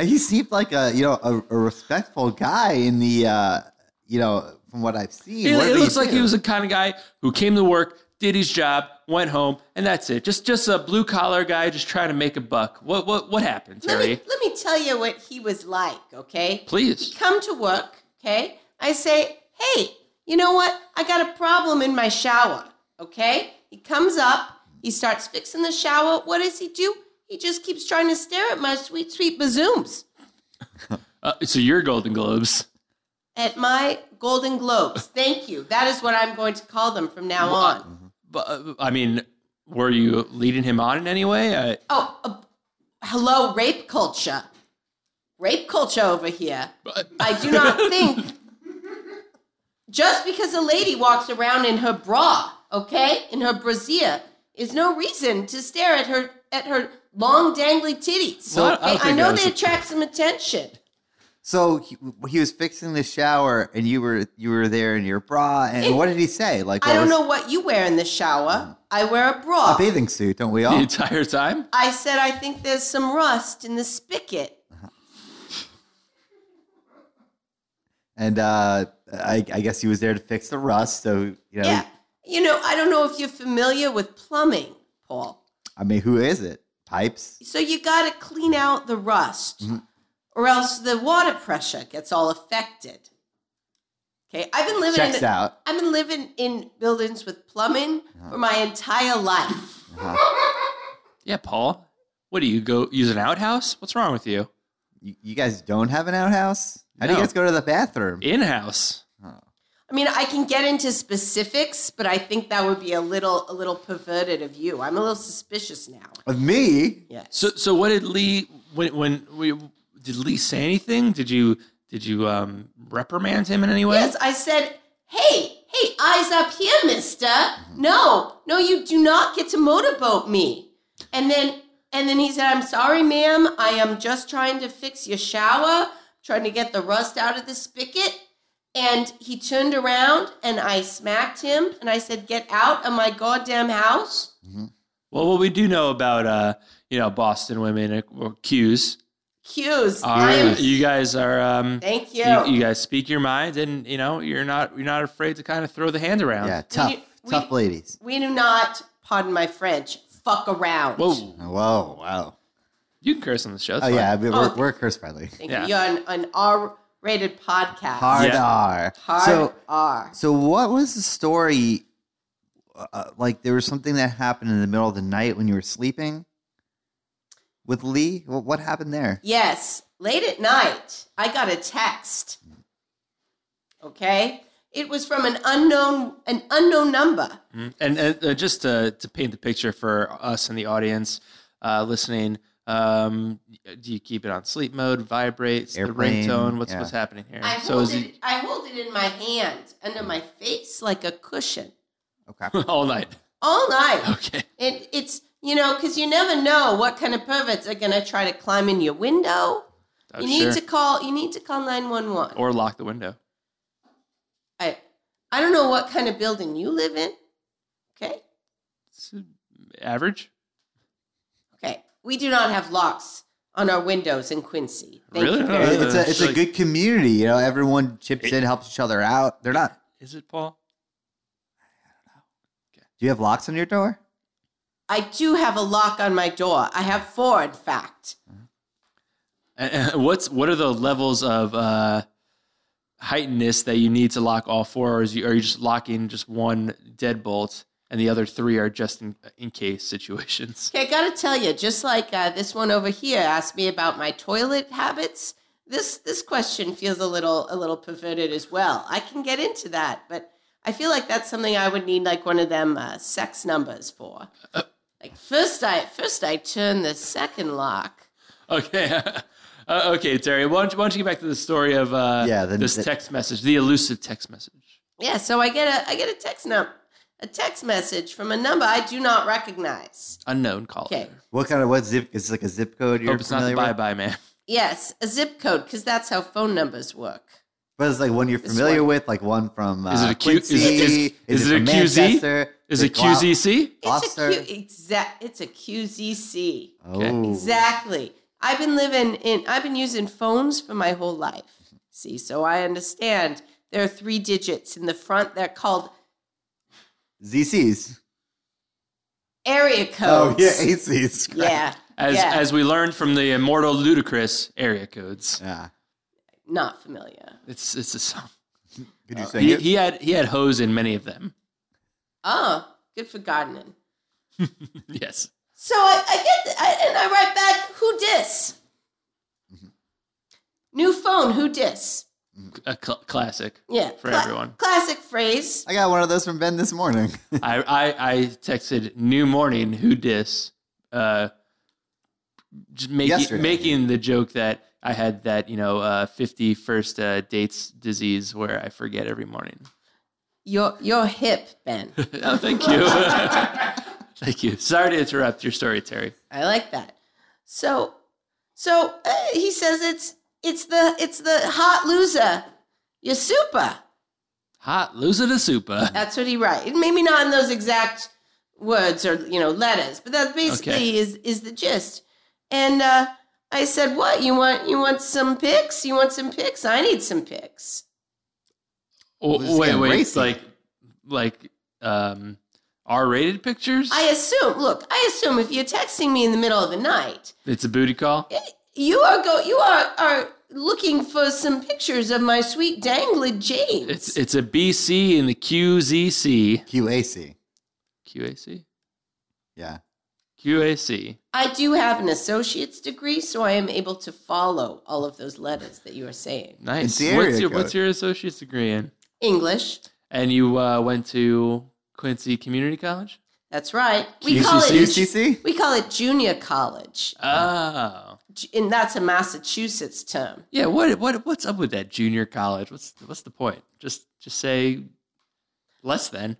S2: He seemed like a you know a, a respectful guy in the uh, you know from what I've seen.
S1: It,
S2: What
S1: it
S2: did
S1: looks like
S2: do?
S1: he was the kind of guy who came to work, did his job, went home, and that's it. Just just a blue collar guy just trying to make a buck. What what what happened,
S7: Let
S1: Terry?
S7: me, let me tell you what he was like, okay?
S1: Please.
S7: He'd come to work, okay? I say, hey, you know what? I got a problem in my shower, okay? He comes up, he starts fixing the shower. What does he do? He just keeps trying to stare at my sweet, sweet bazooms
S1: Uh, so your Golden Globes.
S7: at my Golden Globes. Thank you. That is what I'm going to call them from now on.
S1: But uh, I mean, were you leading him on in any way? I,
S7: Oh, uh, hello, rape culture. Rape culture over here. I do not think just because a lady walks around in her bra, okay, in her brassiere, is no reason to stare at her at her long dangly titties.
S1: Well, I don't
S7: okay? I,
S1: think
S7: know
S1: that was
S7: they
S1: a-
S7: attract some attention.
S2: So he, he was fixing the shower, and you were you were there in your bra. And what did he say? Like
S7: I
S2: what
S7: don't
S2: was-
S7: know what you wear in the shower. I wear a bra.
S2: a bathing suit, don't we
S1: the
S2: all?
S1: entire time?
S7: I said I think there's some rust in the spigot.
S2: And uh, I, I guess he was there to fix the rust. So you know,
S7: Yeah. You know, I don't know if you're familiar with plumbing, Paul.
S2: I mean, who is it? Pipes.
S7: So you got to clean out the rust,
S2: Mm-hmm.
S7: or else the water pressure gets all affected. Okay, I've been living
S2: Checks
S7: in
S2: out.
S7: I've been living in buildings with plumbing for my entire life.
S1: Yeah, Paul. What do you go use an outhouse? What's wrong with you?
S2: You, you guys don't have an outhouse. How do you
S1: No.
S2: guys go to the bathroom?
S1: In house.
S7: I mean, I can get into specifics, but I think that would be a little a little perverted of you. I'm a little suspicious now.
S2: Of me?
S7: Yes.
S1: So so what did Lee when when we did Lee say anything? Did you did you um reprimand him in any way?
S7: Yes, I said, hey, hey, eyes up here, mister. No, no, you do not get to motorboat me. And then and then he said, I'm sorry, ma'am. I am just trying to fix your shower, trying to get the rust out of the spigot. And he turned around and I smacked him and I said, Get out of my goddamn house.
S1: Well, what we do know about uh, you know Boston women or cues
S7: Cues. I
S1: are
S7: am,
S1: you guys are um,
S7: thank you.
S1: you, you guys speak your mind and you know you're not you're not afraid to kind of throw the hand around.
S2: Yeah, tough,
S7: we-
S2: tough ladies.
S7: we do not, pardon my French, fuck around.
S1: Whoa,
S2: Whoa, wow.
S1: you can curse on the show. that's
S2: Oh
S1: fine.
S2: yeah, I mean, we're,
S7: Oh.
S2: we're curse friendly.
S7: Thank
S1: Yeah.
S7: you. You're an, an R-rated podcast.
S2: Hard
S1: Yeah.
S2: R.
S7: Hard
S2: So,
S7: R.
S2: so what was the story? Uh, like there was something that happened in the middle of the night when you were sleeping with Lee. What, what happened there?
S7: Yes, late at night, I got a text. Okay, it was from an unknown an unknown number.
S1: Mhm. And, and uh, just to, to paint the picture for us in the audience uh, listening, um, do you keep it on sleep mode, vibrates, the
S2: Airplane,
S1: ringtone? What's
S2: yeah.
S1: what's happening here?
S7: I
S1: so
S7: hold
S1: is
S7: it.
S1: it
S7: I hold it in my hand under my face like a cushion
S2: Okay.
S1: all night?
S7: all night.
S1: Okay.
S7: It, it's you know because you never know what kind of perverts are gonna try to climb in your window.
S1: Oh,
S7: you need
S1: sure.
S7: to call. You need to call nine one one.
S1: or lock the window.
S7: I I don't know what kind of building you live in. Okay.
S1: It's average.
S7: Okay. We do not have locks on our windows in Quincy. Thank
S1: Really?
S7: you
S1: No,
S7: very
S1: no,
S7: much.
S1: no.
S2: It's a it's a
S1: like-
S2: good community. You know, everyone chips in, helps each other out. They're not.
S1: Is it Paul?
S2: Do you have locks on your door?
S7: I do have a lock on my door. I have four, in fact.
S1: And, and what's what are the levels of uh, heightenedness that you need to lock all four, or is you, are you just locking just one deadbolt and the other three are just in, in case situations?
S7: Okay, I gotta tell you, just like uh, this one over here asked me about my toilet habits, this this question feels a little a little perverted as well. I can get into that, but I feel like that's something I would need like one of them uh, sex numbers for. Like first I first I turn the second lock.
S1: Okay. Uh, okay, Terry, why don't, you, why don't you get back to the story of uh,
S2: Yeah, the-
S1: this
S2: the-
S1: text message, the elusive text message?
S7: Yeah, so I get a I get a text num a text message from a number I do not recognize.
S1: Unknown caller.
S7: Okay.
S2: What kind of what zip? Is it like a zip code you're
S1: Hope it's not the
S2: familiar
S1: bye
S2: with?
S1: bye man.
S7: Yes, a zip code, because that's how phone numbers work.
S2: But it's like one you're
S7: It's
S2: familiar
S7: one-
S2: with, like one from uh,
S1: Is it a Q- is
S2: Quincy,
S1: it- is- is it a
S2: from
S1: QZ?
S2: Manchester,
S1: Is it
S2: Guam-
S1: QZC?
S7: It's a
S2: Gloucester?
S7: Q, exact. It's a QZC.
S1: Okay.
S2: Oh,
S7: Exactly. I've been living in. I've been using phones for my whole life. See, so I understand. There are three digits in the front. They're called
S2: ZCs.
S7: area
S2: Oh
S7: codes.
S2: yeah, ACs. crap.
S7: yeah,
S1: As
S7: yeah.
S1: as we learned from the immortal ludicrous area codes.
S2: Yeah.
S7: not familiar.
S1: It's it's a song.
S2: Could you sing
S1: He,
S2: it?
S1: he had he had hose in many of them.
S7: Oh, good for gardening.
S1: Yes.
S7: So I, I get, th- I, and I write back, who dis?
S1: Mm-hmm.
S7: New phone, who dis?
S1: A cl- classic.
S7: Yeah.
S1: For everyone.
S7: Classic phrase.
S2: I got one of those from Ben this morning.
S1: I, I I texted new morning who dis uh just making
S2: Yesterday.
S1: making the joke that I had that you know uh 50 first uh, dates disease where I forget every morning.
S7: You're, you're hip, Ben.
S1: oh, thank you. thank you. Sorry to interrupt your story, Terry.
S7: I like that. So, so uh, he says it's, it's the, it's the hot loser. You're super.
S1: Hot loser to super.
S7: That's what he writes. Maybe not in those exact words or you know letters, but that basically
S1: Okay.
S7: is is the gist. And uh, I said, "What you want? You want some pics? You want some pics? I need some pics."
S1: Oh,
S2: This is
S1: wait,
S2: getting
S1: wait,
S2: racy.
S1: like like um R-rated pictures?
S7: I assume. Look, I assume if you're texting me in the middle of the night,
S1: it's a booty call.
S7: you are go you are are looking for some pictures of my sweet dangly James.
S1: It's it's a BC in the QZC.
S2: QAC.
S1: QAC.
S2: Yeah.
S1: QAC.
S7: I do have an associate's degree, so I am able to follow all of those letters that you are saying.
S1: Nice.
S2: It's the
S1: What's
S2: area
S1: your
S2: code.
S1: what's your associate's degree in?
S7: English.
S1: And you uh, went to Quincy Community College?
S7: That's right. We call it
S2: UCC?
S7: We call it junior college,
S1: Oh.
S7: J- and that's a Massachusetts term.
S1: Yeah, what what what's up with that junior college? What's what's the point? Just just say less than.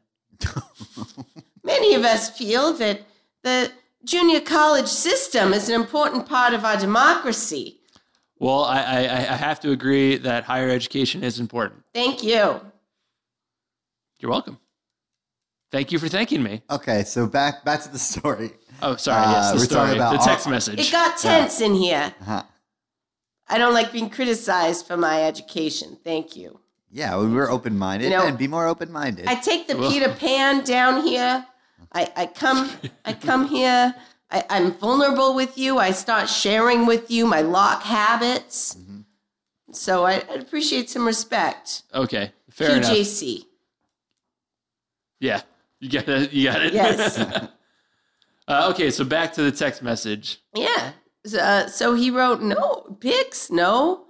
S7: Many of us feel that the junior college system is an important part of our democracy.
S1: Well, I, I, I I have to agree that higher education is important.
S7: Thank you.
S1: You're welcome. Thank you for thanking me.
S2: Okay, so back back to the story.
S1: Oh, sorry.
S2: Uh,
S1: yes, the
S2: we're
S1: story,
S2: talking about
S1: the text
S2: all-
S1: message.
S7: It got tense in here.
S2: Uh-huh.
S7: I don't like being criticized for my education. Thank you.
S2: Yeah, we were open minded.
S7: You know-
S2: and be more open minded.
S7: I take the Peter Pan down here. I, I come I come here. I, I'm vulnerable with you. I start sharing with you my lock habits.
S1: Mm-hmm.
S7: So I, I'd appreciate some respect.
S1: okay, fair enough.
S7: QJC.
S1: Yeah, you got it. You got it.
S7: Yes.
S1: uh, okay, so back to the text message.
S7: yeah. So, uh, so he wrote, no, pics, no.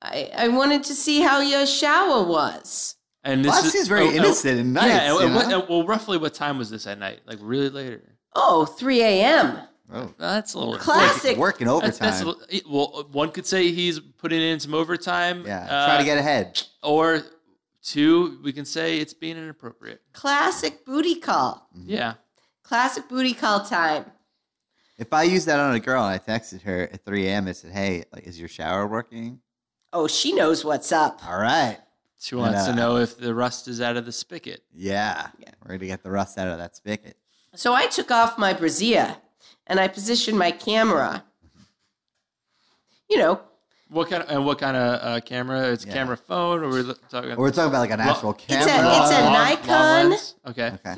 S7: I, I wanted to see how your shower was.
S1: And this
S2: Well, that
S1: is
S2: seems very
S1: oh, oh,
S2: innocent and nice.
S1: yeah. and-
S2: you
S1: and what-
S2: know?
S1: and- well, roughly what time was this at night? Like really later.
S7: Oh, 3 a.m.
S2: oh,
S1: Well, that's a little.
S7: Classic.
S2: working
S1: That's,
S2: overtime.
S1: that's a little- well, one could say he's putting in some overtime.
S2: yeah,
S1: uh,
S2: try to get ahead.
S1: Or two, we can say it's being inappropriate.
S7: Classic booty call.
S2: Mm-hmm.
S1: Yeah.
S7: Classic booty call time.
S2: If I used that on a girl and I texted her at 3 a.m. and said, "Hey, like, is your shower working?"
S7: Oh, she knows what's up.
S2: All right,
S1: She wants
S2: uh,
S1: to know if the rust is out of the spigot.
S2: yeah, we're gonna get the rust out of that spigot.
S7: So I took off my brassiere and I positioned my camera. You know,
S1: What kind of, and what kind of uh, camera? It's a
S2: Yeah.
S1: camera phone, or we're lo- talking
S2: Or we're talking about like an
S1: Well,
S2: actual camera.
S7: a- it's a
S1: Long-
S7: Nikon.
S1: lens? Okay.
S2: Okay.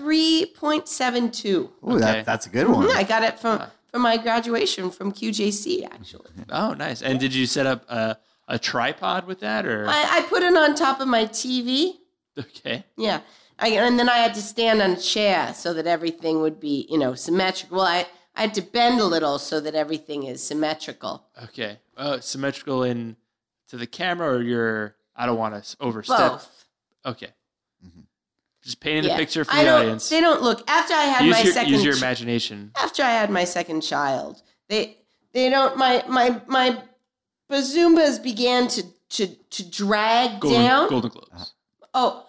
S7: 3.72.
S2: Ooh,
S1: okay.
S2: that, that's a good one.
S7: I got it from, from my graduation from QJC, actually.
S1: Oh, nice. And did you set up a, a tripod with that, or
S7: I, I put it on top of my TV.
S1: okay?
S7: Yeah. I, and then I had to stand on a chair so that everything would be, you know, symmetrical. Well, I, I had to bend a little so that everything is symmetrical.
S1: Okay. Oh, symmetrical in to the camera, or you're. I don't want to overstep.
S7: Both.
S1: Okay.
S2: Mm-hmm.
S1: Just painting a
S7: Yeah.
S1: picture for
S7: I
S1: the
S7: don't,
S1: audience.
S7: They don't look. After I had
S1: Use
S7: my
S1: your,
S7: second
S1: use your
S7: ch-
S1: imagination.
S7: after I had my second child, they they don't my my my bazoombas began to to to drag
S1: Golden,
S7: down.
S1: Golden Globes.
S7: Oh,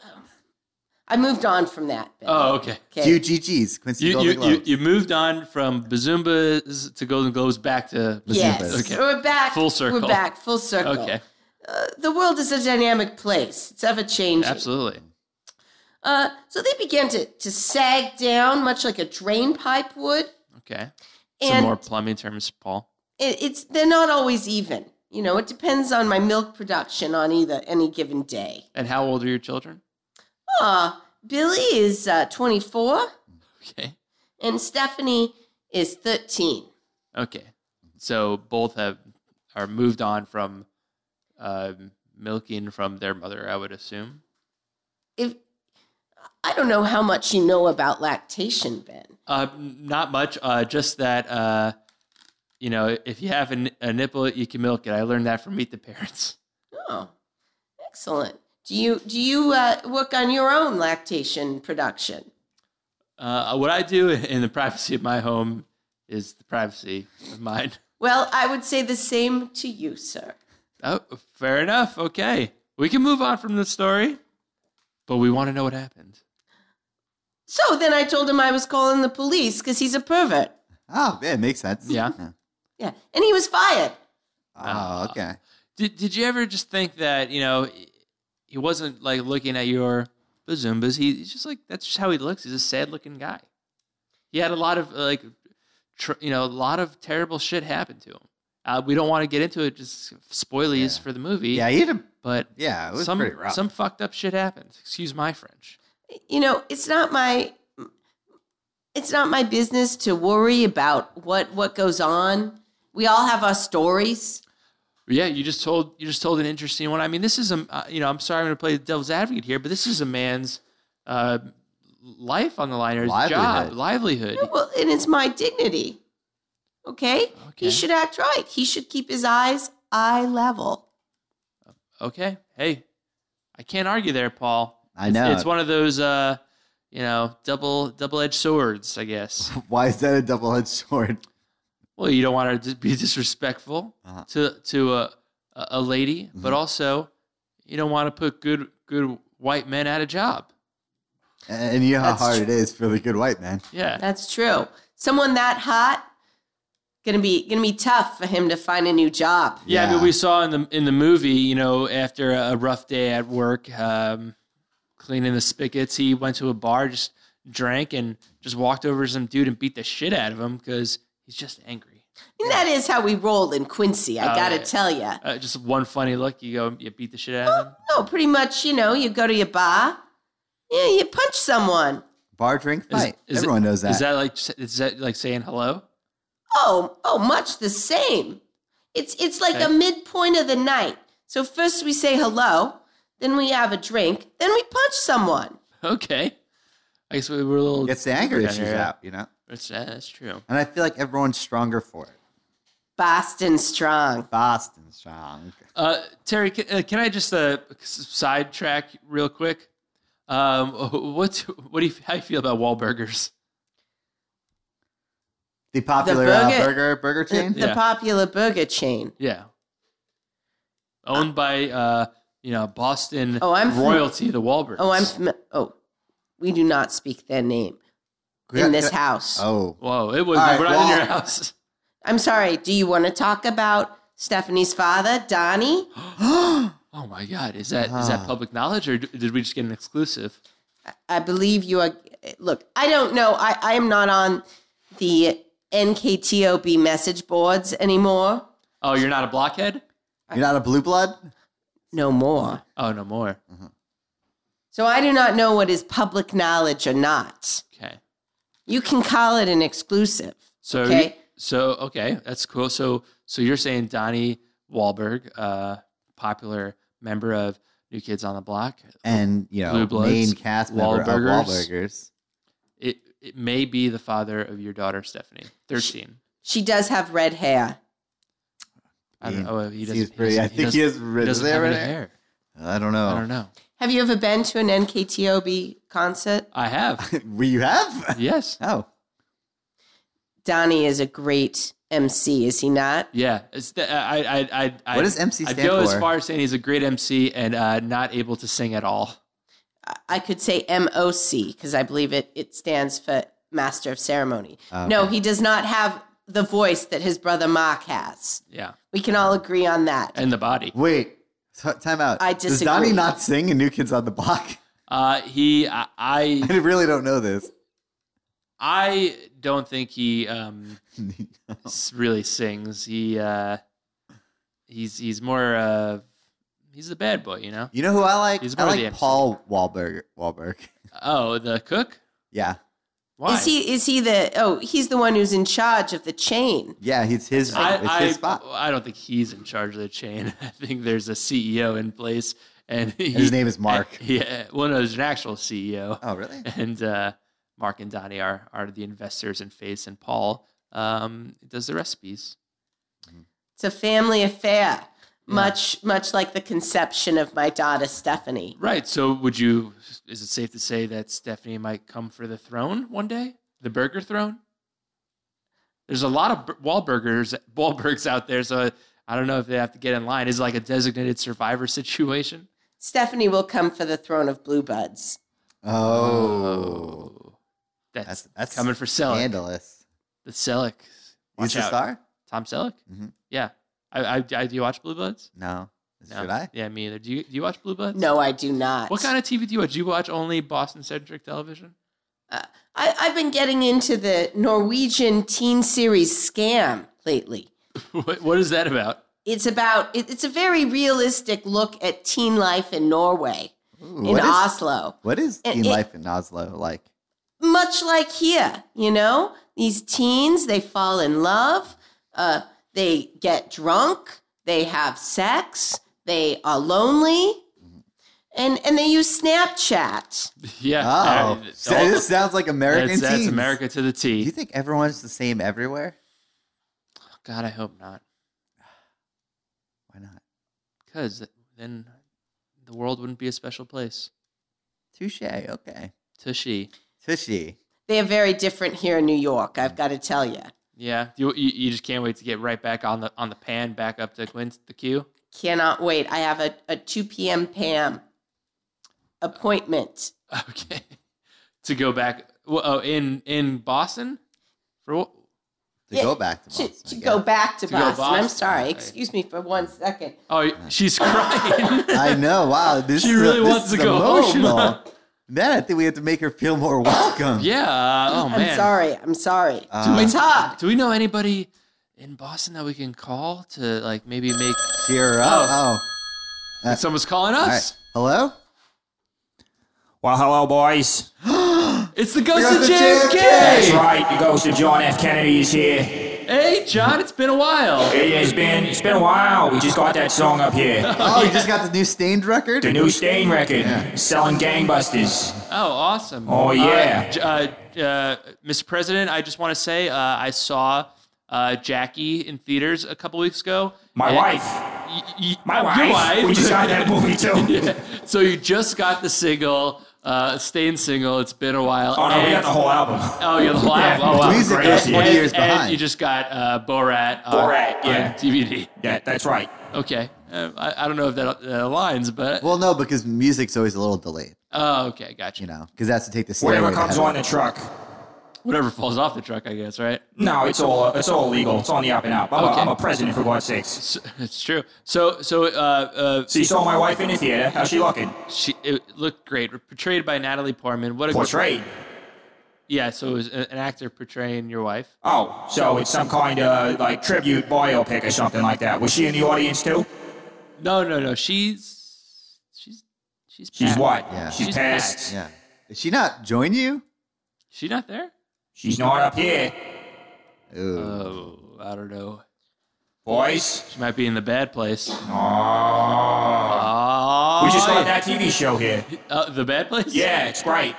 S7: I moved on from that. Bit.
S1: Oh, okay.
S7: okay.
S2: Two GGs, Quincy
S1: You,
S2: Golden
S1: you, you,
S2: Globes.
S1: you moved on from Bazoombas to Golden Globes back to
S7: yes.
S1: Okay.
S7: We're back.
S1: Full circle.
S7: We're back. Full
S2: Oh.
S7: circle.
S1: Okay,
S7: Uh, the world is a dynamic place. It's ever changing.
S1: absolutely.
S7: Uh, so they began to, to sag down, much like a drain pipe would.
S1: Okay. Some
S7: And
S1: more plumbing terms, Paul.
S7: it, it's they're not always even. You know, it depends on my milk production on either any given day.
S1: And how old are your children?
S7: Ah, Billy is uh, 24
S1: Okay.
S7: and Stephanie is 13.
S1: Okay. So both have are moved on from uh, milking from their mother, I would assume.
S7: If I don't know how much you know about lactation, Ben.
S1: Uh, not much. Uh, just that uh, you know, if you have a, n- a nipple, you can milk it. I learned that from Meet the Parents.
S7: Oh, excellent. Do you do you uh, work on your own lactation production?
S1: Uh, what I do in the privacy of my home is the privacy of mine.
S7: Well, I would say the same to you, sir.
S1: Oh, fair enough. Okay, we can move on from the story, but we want to know what happened.
S7: So then I told him I was calling the police because he's a pervert.
S2: Oh, yeah, it makes sense.
S1: Yeah.
S7: Yeah, and he was fired.
S2: Oh, okay.
S1: Did Did you ever just think that you know he wasn't like looking at your bazoombas? He, he's just like that's just how he looks. He's a sad looking guy. He had a lot of like, tr- you know, a lot of terrible shit happened to him. Uh, we don't want to get into it. Just spoilies
S2: Yeah.
S1: for the movie.
S2: Yeah, he had a,
S1: but
S2: yeah, it was
S1: some
S2: pretty rough.
S1: some fucked up shit happened. Excuse my French.
S7: You know, it's not my it's not my business to worry about what what goes on. We all have our stories.
S1: Yeah, you just told you just told an interesting one. I mean, this is a uh, you know I'm sorry I'm going to play the devil's advocate here, but this is a man's uh, life on the line or his job
S2: Livelihood.
S1: livelihood.
S7: Well, and it's my dignity. Okay?
S1: Okay.
S7: He should act right. He should keep his eyes eye level.
S1: Okay, hey, I can't argue there, Paul.
S2: I
S1: It's-
S2: know.
S1: it's, one of those uh, you know double double edged swords, I guess.
S2: Why is that a double edged sword?
S1: well, you don't want to be disrespectful
S2: Uh-huh. Mm-hmm.
S1: to to a a a lady, but also you don't want to put good good white men out of job.
S2: And you know how
S7: That's
S2: hard
S7: tr-
S2: it is for the good white man.
S1: Yeah,
S7: That's true. Someone that hot gonna be gonna be tough for him to find a new job.
S1: Yeah, I mean,
S2: Yeah.
S1: we saw in the in the movie, you know, after a rough day at work, um, cleaning the spigots, he went to a bar, just drank, and just walked over to some dude and beat the shit out of him because he's just angry.
S7: And that is how we roll in Quincy, I
S1: Oh,
S7: gotta
S1: yeah.
S7: tell ya.
S1: Uh, just one funny look, you go, you beat the shit out of him.
S7: No, pretty much, you know, you go to your bar, yeah, you punch someone.
S2: Bar, drink, fight.
S1: is it-
S2: Everyone knows that.
S1: Is that like is that like saying hello?
S7: Oh, oh, much the same. It's it's like a
S1: Okay.
S7: midpoint of the night. So first we say hello, then we have a drink, then we punch someone.
S1: Okay, I guess we were a little.
S2: Gets the anger
S1: Yeah,
S2: issues
S1: yeah.
S2: out, you know?
S1: That's, uh, that's true.
S2: And I feel like everyone's stronger for it.
S7: Boston strong.
S2: Boston strong.
S1: Uh, Terry, can, uh, can I just uh, s- sidetrack real quick? Um, what's what do you how do you feel about Wahlburgers?
S2: The popular
S7: burger-
S2: uh, burger burger chain.
S7: The
S1: Yeah.
S7: popular burger chain.
S1: Yeah. Owned by uh, you know, Boston
S7: Oh, I'm fam-
S1: royalty, the Wahlbergs.
S7: Oh, I'm fam- oh, we do not speak their name
S2: Yeah,
S7: in this
S2: yeah.
S7: house.
S2: Oh,
S1: Whoa, it was
S2: All right,
S1: we're not in
S2: well-
S1: your house.
S7: I'm sorry. Do you want to talk about Stephanie's father, Donnie?
S1: Oh my god, is that is
S2: Uh-huh.
S1: that public knowledge or d- did we just get an exclusive?
S7: I believe you are. Look, I don't know. I, I am not on the NKTOB message boards anymore.
S1: Oh, you're not a blockhead?
S2: you're not a blue blood.
S7: No more.
S1: Oh, no more.
S7: So I do not know what is public knowledge or not.
S1: Okay.
S7: You can call it an exclusive.
S1: So
S7: Okay.
S1: so okay, that's cool. So so you're saying Donnie Wahlberg, uh popular member of New Kids on the Block,
S2: And you know,
S1: Blue Bloods,
S2: main cast member
S1: Wahlburgers.
S2: of Wahlburgers.
S1: it it may be the father of your daughter Stephanie, 13.
S7: She does have red hair.
S1: I don't
S2: Yeah.
S1: know. Oh, he doesn't.
S2: He's pretty. I
S1: doesn't-
S2: think he
S1: doesn't-
S2: is.
S1: he
S2: Is
S1: doesn't
S2: there
S1: have
S2: red
S1: any
S2: hair?
S1: hair.
S2: I don't know.
S1: I don't know.
S7: Have you ever been to an NKTOB concert?
S1: I have.
S2: Well, you have?
S1: yes.
S2: Oh,
S7: Donnie is a great MC, is he not?
S1: Yeah. It's the, I, I, I, I,
S2: What does MC
S1: I'd
S2: stand
S1: go as
S2: for?
S1: far as saying he's a great MC and uh, not able to sing at all.
S7: I could say MOC because I believe it it stands for Master of Ceremony.
S1: Oh,
S7: No, he does not have the voice that his brother Mark has.
S1: Yeah.
S7: We can all agree on that.
S1: And the body.
S2: Wait, t- time out.
S7: I
S2: Does Donnie
S7: disagree.
S2: not sing in New Kids on the Block?
S1: Uh, he, I, I,
S2: I really don't know this.
S1: I don't think he um, s- really sings. He, uh, he's he's more, uh, he's the bad boy, you know.
S2: You know who I like?
S1: He's
S2: I
S1: more
S2: like
S1: the MC.
S2: Paul Wahlberg. Wahlberg.
S1: Oh, the cook.
S2: Yeah,
S1: Why?
S7: Is he is he the oh he's the one who's in charge of the chain?
S2: yeah. He's his. it's
S1: I,
S2: his spot.
S1: I, I don't think he's in charge of the chain. I think there's a CEO in place, and, he,
S2: And his name is Mark.
S1: Yeah, well, no, there's an actual E CEO.
S2: Oh, really?
S1: and uh, Mark and Donnie are are the investors, and Faith and Paul um, does the recipes.
S7: It's a family affair, much much like the conception of my daughter Stephanie.
S1: Right. So, would you? Is it safe to say that Stephanie might come for the throne one day, the burger throne? There's a lot of bur- Wahlburgers, Wahlbergs out there, so I don't know if they have to get in line. Is it like a designated survivor situation?
S7: Stephanie will come for the throne of bluebuds.
S2: Oh,
S1: that's
S2: that's
S1: that's,
S2: that's
S1: coming for Selleck.
S2: scandalous.
S1: The Selleck.
S2: He's
S1: Watch
S2: the
S1: out.
S2: star.
S1: Tom Selleck.
S2: Mhm.
S1: Yeah. I, I, I do you watch Blue Bloods?
S2: No, should I?
S1: Yeah, me either. Do you do you watch Blue Bloods?
S7: No, I do not.
S1: What kind of TV do you watch? Do you watch only Boston centric television?
S7: I, I've been getting into the Norwegian teen series Scam lately.
S1: what, what is that about?
S7: It's about it, it's a very realistic look at teen life in Norway
S2: Ooh,
S7: in
S2: what, is,
S7: Oslo.
S2: what is
S7: it-
S2: teen
S7: it-
S2: life in Oslo like?
S7: much like here, you know? These teens, they fall in love, uh, they get drunk, they have sex, they are lonely, and, and they use Snapchat.
S1: Yeah.
S2: Oh,
S1: uh,
S2: so
S1: all-
S2: this sounds like American
S1: that's, that's
S2: teens.
S1: America to the
S2: Do you
S1: T.
S2: think everyone's the same everywhere?
S1: God, I hope not,
S2: Why not?
S1: because then the world wouldn't be a special place.
S2: Touche. Okay.
S1: Tushy.
S2: Tushy.
S7: They are very different here in New York, I've got to tell you.
S1: Yeah. You, you you just can't wait to get right back on the on the pan, back up to Quint the queue.
S7: Cannot wait. I have a, a 2 p.m. PAM appointment.
S1: Okay. to go back. Well, oh, in in Boston for what?
S2: To
S7: Yeah,
S2: go back to
S7: To,
S2: Boston.
S7: to
S2: I
S7: go
S2: guess.
S7: back to
S1: To go
S7: Boston. I'm
S1: Boston,
S7: sorry.
S1: okay.
S7: Excuse me for one second.
S1: Oh, she's crying.
S2: I know. Wow. This
S1: She
S2: is a-
S1: really
S2: this
S1: wants
S2: is
S1: to go home.
S2: emotional. Then I think we have to make her feel more welcome.
S1: yeah. uh, Oh man.
S7: I'm sorry. I'm sorry.
S2: Uh,
S7: it's hard.
S1: Do we know anybody in Boston that we can call to like maybe make
S2: Cheer her up. Oh. Uh,
S1: someone's calling
S2: All
S1: us?
S2: right.
S1: Oh,
S2: Hello?
S6: Well, hello, boys.
S1: It's the ghost of
S2: the
S1: JFK.
S6: That's right. The ghost of John F. Kennedy is here.
S1: Hey, John, it's been a while.
S6: It has been it's been a while. We just got that song up here.
S2: Oh, you just got the new stained record?
S6: The new Stain record, selling gangbusters.
S1: Oh, awesome.
S6: Oh,
S1: Uh,
S6: yeah.
S1: J- Uh, uh, Mr. President, I just want to say uh, I saw uh, Jackie in theaters a couple weeks ago.
S6: My
S1: And-
S6: wife,
S1: Y- y-
S6: my wife.
S1: Your wife.
S6: We just got that movie too.
S1: so you just got the single, uh, Stain single. It's been a while.
S6: Oh no, we got
S1: and,
S6: the whole album.
S1: oh, you're the whole album. Oh, wow.
S2: Music
S6: Great.
S2: is 20
S1: and,
S2: years
S1: and
S2: behind.
S1: you just got uh, Borat, on-
S6: Borat,
S1: on
S6: yeah.
S1: DVD.
S6: Yeah, that's right.
S1: Okay, uh, I, I don't know if that uh, aligns, but
S2: well, no, because music's always a little delayed,
S1: oh, okay, gotcha.
S2: you know, because that's to take the stairway.
S6: Whatever
S2: to
S6: comes
S2: heaven.
S6: on the truck.
S1: Whatever falls off the truck, I guess, right?
S6: No, it's all it's all legal. It's on the up and up. I'm,
S1: Okay.
S6: a, I'm a president for God's sakes.
S1: So, it's true. So, so uh,
S6: So you saw my wife in the theater. How's she looking?
S1: uh, she it looked great, portrayed by Natalie Portman. What a
S6: Portrayed.
S1: yeah. So it was a- an actor portraying your wife.
S6: Oh, so it's some kind of like tribute biopic or something like that. Was she in the audience too?
S1: No, no, no. She's she's she's
S6: She's
S1: back.
S6: what?
S2: Yeah.
S6: She's,
S1: She's
S6: passed.
S1: passed.
S2: Yeah. Did she not join you?
S1: She not there?
S6: She's not up here,
S2: Ooh.
S1: Oh, I don't know.
S6: boys.
S1: She might be in the bad place.
S6: Oh.
S1: Oh,
S6: We just got that TV show here.
S1: uh, the bad place.
S6: Yeah, it's great.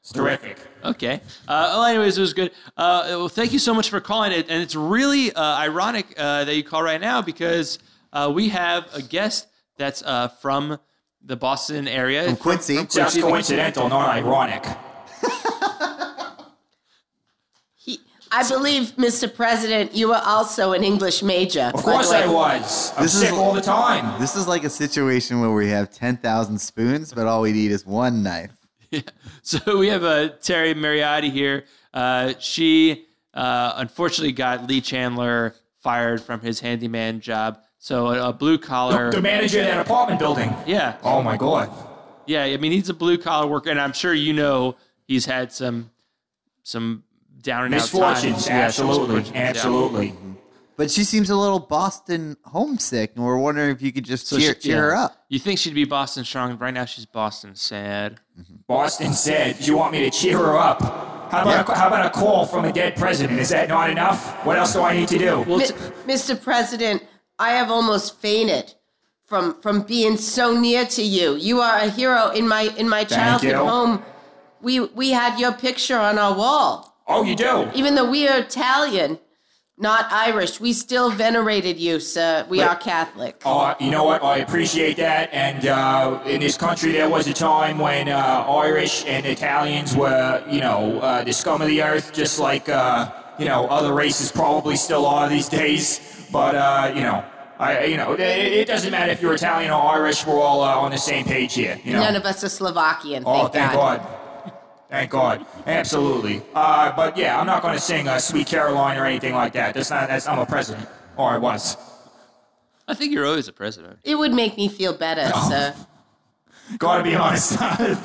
S6: It's terrific.
S1: Okay. Uh, well, anyways, it was good. Uh, well, thank you so much for calling it, and it's really uh, ironic uh, that you call right now because uh, we have a guest that's uh, from the Boston area.
S2: From Quincy.
S6: Just coincidental, not ironic.
S7: He, I believe, Mr. President, you were also an English major.
S6: Of course I
S7: was.
S6: was. I'm
S2: This is
S6: sick
S2: wh-
S6: all the time.
S2: This is like a situation where we have 10,000 spoons, but all we need is one knife.
S1: So we have uh, Terry Mariotti here. Uh, she uh, unfortunately got Lee Chandler fired from his handyman job. So a, a blue collar,
S6: The manager of that apartment building.
S1: yeah,
S6: Oh my god.
S1: yeah. I mean, he's a blue collar worker, and I'm sure you know he's had some some down and out
S6: Misfortunes,
S1: times. Yeah, some
S6: absolutely,
S1: misfortunes, yeah.
S6: absolutely.
S2: But she seems a little Boston homesick, and we're wondering if you could just
S1: So
S2: cheer,
S1: she-
S2: cheer her
S1: yeah.
S2: up.
S1: You think she'd be Boston strong? Right now, she's Boston sad.
S6: Boston said, "You want me to cheer her up? How about a, how about a call from a dead president? Is that not enough? What else do I need to do?"
S1: Well,
S7: Mi-
S1: t-
S7: Mr. President, I have almost fainted from from being so near to you. You are a hero in my in my childhood
S6: you.
S7: home. We we had your picture on our wall.
S6: oh, you do.
S7: Even though we are Italian, not Irish, we still venerated you, sir. We are Catholic.
S6: Uh, you know what? I appreciate that. And uh, in this country, there was a time when uh, Irish and Italians were, you know, uh, the scum of the earth, just like, uh, you know, other races probably still are these days. But, uh, you know, I, you know, it, it doesn't matter if you're Italian or Irish. We're all uh, on the same page here. You know?
S7: None of us are Slovakian. Thank,
S6: Oh, thank God. Thank God. Absolutely. Uh, but yeah, I'm not going to sing uh, "Sweet Caroline" or anything like that. That's not. That's I'm a president, or I was.
S1: I think you're always a president.
S7: It would make me feel better,
S6: Oh.
S7: sir.
S6: Gotta be honest,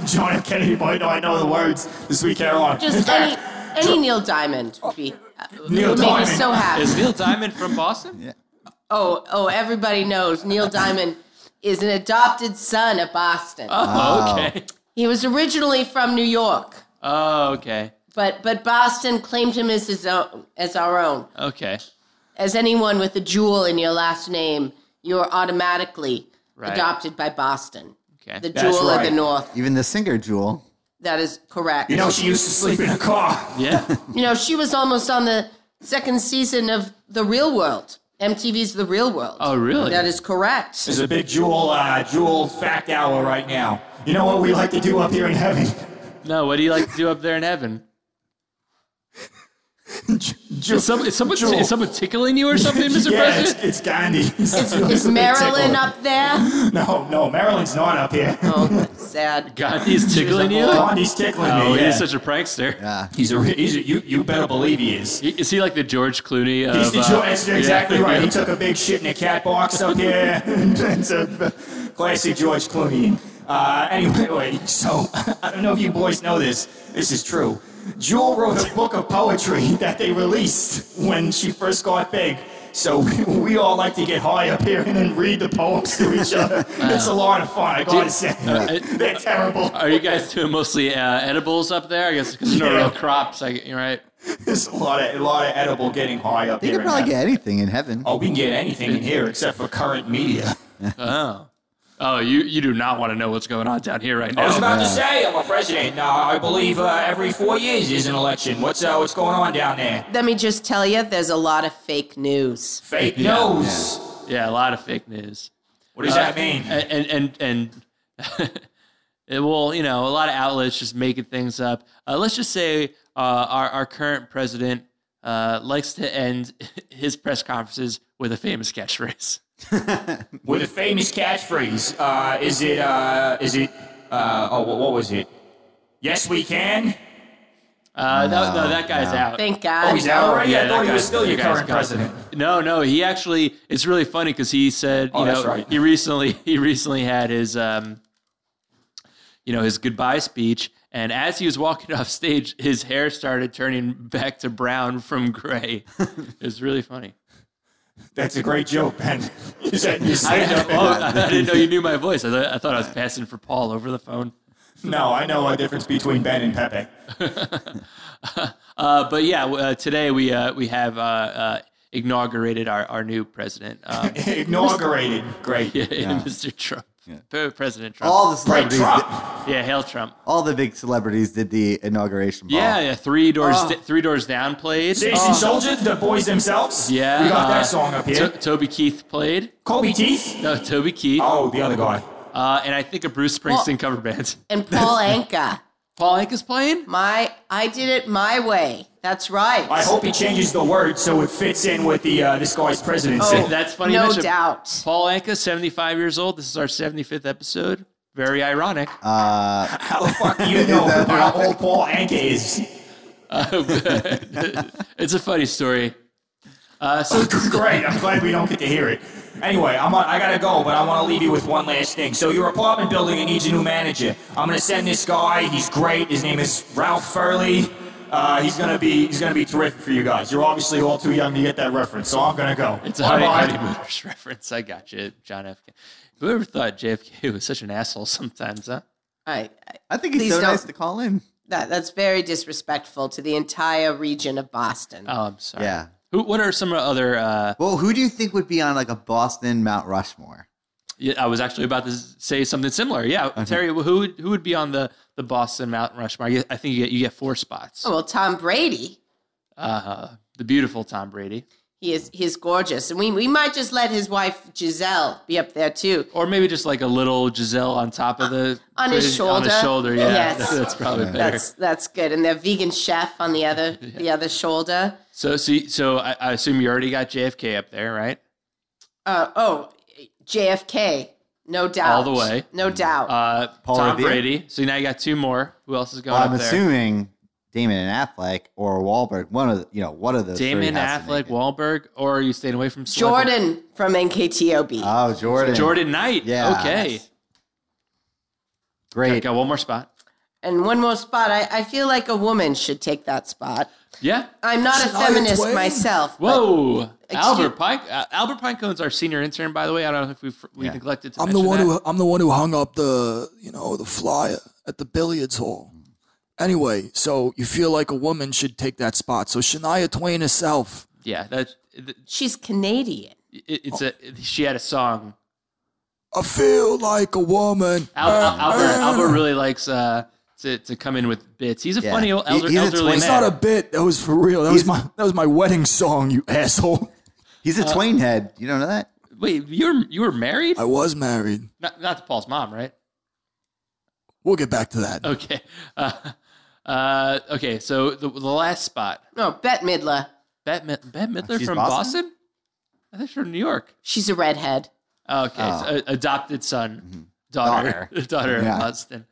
S6: John F. Kennedy, boy, no, I know the words. The Sweet Caroline.
S7: Just any any Neil Diamond would be uh,
S6: Neil
S7: would make me
S6: Diamond.
S7: so happy.
S1: Is Neil Diamond from Boston?
S7: Oh, oh, everybody knows Neil Diamond is an adopted son of Boston.
S1: Oh, okay.
S7: He was originally from New York,
S1: Oh, okay.
S7: but but Boston claimed him as his own, as our own.
S6: Oh.
S1: Okay.
S7: As anyone with a jewel in your last name, you're automatically
S1: Right.
S7: adopted by Boston.
S1: Okay.
S7: The
S6: That's
S7: jewel of
S6: right.
S7: the North.
S2: Even the singer, Jewel.
S7: That is correct.
S6: You know, she used to sleep in a car.
S1: yeah.
S7: You know, she was almost on the second season of The Real World. MTV's The Real World.
S1: Oh, really?
S7: That is correct.
S6: There's a big jewel, uh, jewel fact hour right now. You know what we like to do up here in heaven?
S1: No, what do you like to do up there in heaven?
S6: Ju-
S1: Is, some, is, someone,
S6: Jewel.
S1: is someone tickling
S6: Oh,
S1: you or something, Mr.
S6: yeah, it's,
S1: President?
S6: it's Gandhi. It's,
S7: Is Marilyn up there?
S6: No, no, Marilyn's not up here.
S7: Oh, that's sad.
S1: Gandhi's tickling you?
S7: whore.
S6: Gandhi's tickling
S1: Oh,
S6: me.
S1: he
S6: yeah.
S1: is such a prankster.
S6: he's a, re- he's a, you, you better believe he is.
S1: Is he like the George Clooney of...
S6: He's the
S1: uh,
S6: Joe, that's
S1: yeah,
S6: exactly
S1: like
S6: right. He
S1: the-
S6: took a big shit in a cat box up here. it's a classic George Clooney. Uh, anyway, wait, so I don't know if you boys know this. This is true. Jewel wrote a book of poetry that they released when she first got big. So we, we all like to get high up here and then read the poems to each other. It's a lot of fun, I gotta say.
S1: uh,
S6: They're terrible.
S1: Are you guys doing mostly uh, edibles up there? I guess because there's no
S6: Yeah.
S1: real crops, I, you're right?
S6: There's a lot of a lot of edible getting high up
S2: They
S6: here.
S2: could
S6: in
S2: probably
S6: heaven.
S2: get anything in heaven.
S6: Oh, we can get anything in here except for current media.
S1: Oh. Oh, you, you do not want to know what's going on down here right now.
S6: I was about to say, I'm a president. Uh, I believe uh, every four years is an election. What's uh, what's going on down there?
S7: Let me just tell you, there's a lot of fake news.
S6: Fake news.
S1: yeah, Uh, a lot of fake news.
S6: What does that mean?
S1: and and and, and it will you know a lot of outlets just making things up uh, let's just say uh, our, our current president uh, likes to end his press conferences with a famous catchphrase
S6: With a famous catchphrase, uh, is it uh, is it uh, oh what, what was it? Yes, we can.
S1: uh, no, no that guy's out
S7: Thank God.
S6: Oh, he's out already. I
S1: that
S6: thought he was
S1: guy-
S6: still your
S1: that guy's
S6: current
S1: gone.
S6: president.
S1: No, no, he actually. It's really funny because he said,
S6: Oh,
S1: you
S6: that's
S1: know,
S6: right.
S1: he recently he recently had his, um, you know, his goodbye speech, and as he was walking off stage, his hair started turning back to brown from gray. it's really funny.
S6: That's a great joke, Ben. you said you
S1: I,
S6: said
S1: didn't know, oh, I didn't know you knew my voice. I thought, I thought I was passing for Paul over the phone.
S6: no. I know a difference between Ben and Pepe.
S1: Uh, but yeah, w- uh, today we uh, we have uh, uh, inaugurated our, our new president, um,
S6: Inaugurated. Great.
S1: Mr. Trump, President Trump.
S2: All the
S6: Great
S2: celebrities,
S6: Trump.
S2: did-
S1: Yeah, hail Trump.
S2: all the big celebrities did the inauguration ball.
S1: Yeah, yeah, three doors, three doors down played. Oh.
S6: Jason Soldier, the boys themselves.
S1: Yeah,
S6: We got
S1: uh,
S6: that song up here.
S1: To- Toby Keith played.
S6: Colby Teeth.
S1: No, Toby Keith,
S6: Oh, the other guy.
S1: uh, and I think a Bruce Springsteen cover band.
S7: And Paul Anka.
S1: Paul Anka's playing?
S7: My, I did it my way. That's right.
S6: I hope he changes the word so it fits in with the uh, this guy's presidency.
S1: Oh. That's funny you
S7: No
S1: mentioned-
S7: doubt.
S1: Paul Anka, 75 years old. This is our 75th episode. Very ironic.
S3: Ah.
S2: Uh,
S6: How the fuck do you know
S2: that
S6: how old Paul Anka is?
S1: it's a funny story. Uh, so
S6: Great, I'm glad we don't get to hear it. Anyway, I'm on, I gotta go, but I want to leave you with one last thing. So your apartment building it needs a new manager. I'm gonna send this guy. He's great. His name is Ralph Furley. Uh, he's gonna be he's gonna be terrific for you guys. You're obviously all too young to get that reference, so I'm gonna go.
S1: it's a honey, honeymooners reference. I got you, John F. Kennedy. Whoever thought JFK was such an asshole sometimes, huh?
S7: I, I,
S2: I think he's
S7: Please
S2: so
S7: don't.
S2: nice to call in.
S7: that, that's very disrespectful to the entire region of Boston.
S1: Oh, I'm sorry.
S2: Yeah.
S1: Who, what are some other? Uh,
S2: Well, who do you think would be on like a Boston Mount Rushmore?
S1: yeah, I was actually about to say something similar. Yeah,
S6: Uh-huh.
S1: Terry, who would- who would be on the the Boston Mount Rushmore? I get- I think you get you get four spots.
S7: Oh, well, Tom Brady,
S1: Uh, the beautiful Tom Brady,
S7: he is he's gorgeous, and we we might just let his wife Giselle be up there too.
S1: or maybe just like a little Giselle on top of the
S7: Uh,
S1: On
S7: On his
S1: his
S7: shoulder.
S1: shoulder, yeah.
S7: Yes.
S1: That's, that's probably better.
S7: That's that's good, and their vegan chef on the other the other shoulder.
S1: So, so, so I, I assume you already got JFK up there, right?
S7: Uh, oh, JFK, no doubt,
S1: the way.
S7: no doubt.
S1: Uh,
S2: Paul
S1: Tom
S2: Revere?
S1: Brady. So now you got two more. Who else is going
S2: Well, I'm
S1: up there?
S2: assuming Damon and Affleck or Wahlberg. One of the, you know one of the
S1: Damon
S2: three has to
S1: Affleck,
S2: make it.
S1: Wahlberg, or are you staying away from celebrity-
S7: Jordan from NKTOB.
S2: Oh, Jordan.
S1: Jordan Knight.
S2: Yeah.
S1: Okay.
S2: Great.
S1: Got one more spot.
S7: and one more spot. I, I feel like a woman should take that spot.
S1: Yeah.
S7: I'm not a
S3: Shania
S7: feminist
S3: Twain?
S7: myself. but-
S1: Whoa.
S7: Excuse-
S1: Albert Pine. Uh, Albert Pinecone's our senior intern, by the way. I don't know if we've, we neglected to
S3: I'm the
S1: mention
S3: one
S1: that.
S3: who I'm the one who hung up the you know the flyer at the billiards hall. Anyway, so you feel like a woman should take that spot. So Shania Twain herself.
S1: Yeah. That. It,
S7: She's Canadian.
S1: it's a. She had a song.
S3: I feel like a woman. Uh,
S1: Al, Al- Albert. Albert really likes uh, to to come in with bits. He's a
S2: Yeah.
S1: funny old
S2: He-
S1: elder,
S2: he's a
S1: elderly
S2: twin-
S3: It's
S1: man.
S3: not a bit. That was for real. That was my that was my wedding song. You asshole.
S2: He's
S1: uh,
S2: a Twain head. You don't know that?
S1: Wait, you were you were married?
S3: I was married.
S1: Not, not to Paul's mom, right?
S3: We'll get back to that.
S1: Okay. Uh, uh, okay. So the, the last spot,
S7: No, Bette Midler.
S1: Bette, Mid- Bette Midler
S2: She's
S1: from Boston?
S2: Boston?
S1: I think she's from New York.
S7: She's a redhead.
S1: Okay. So, a- adopted son, daughter, daughter, of
S2: Yeah.
S1: Boston.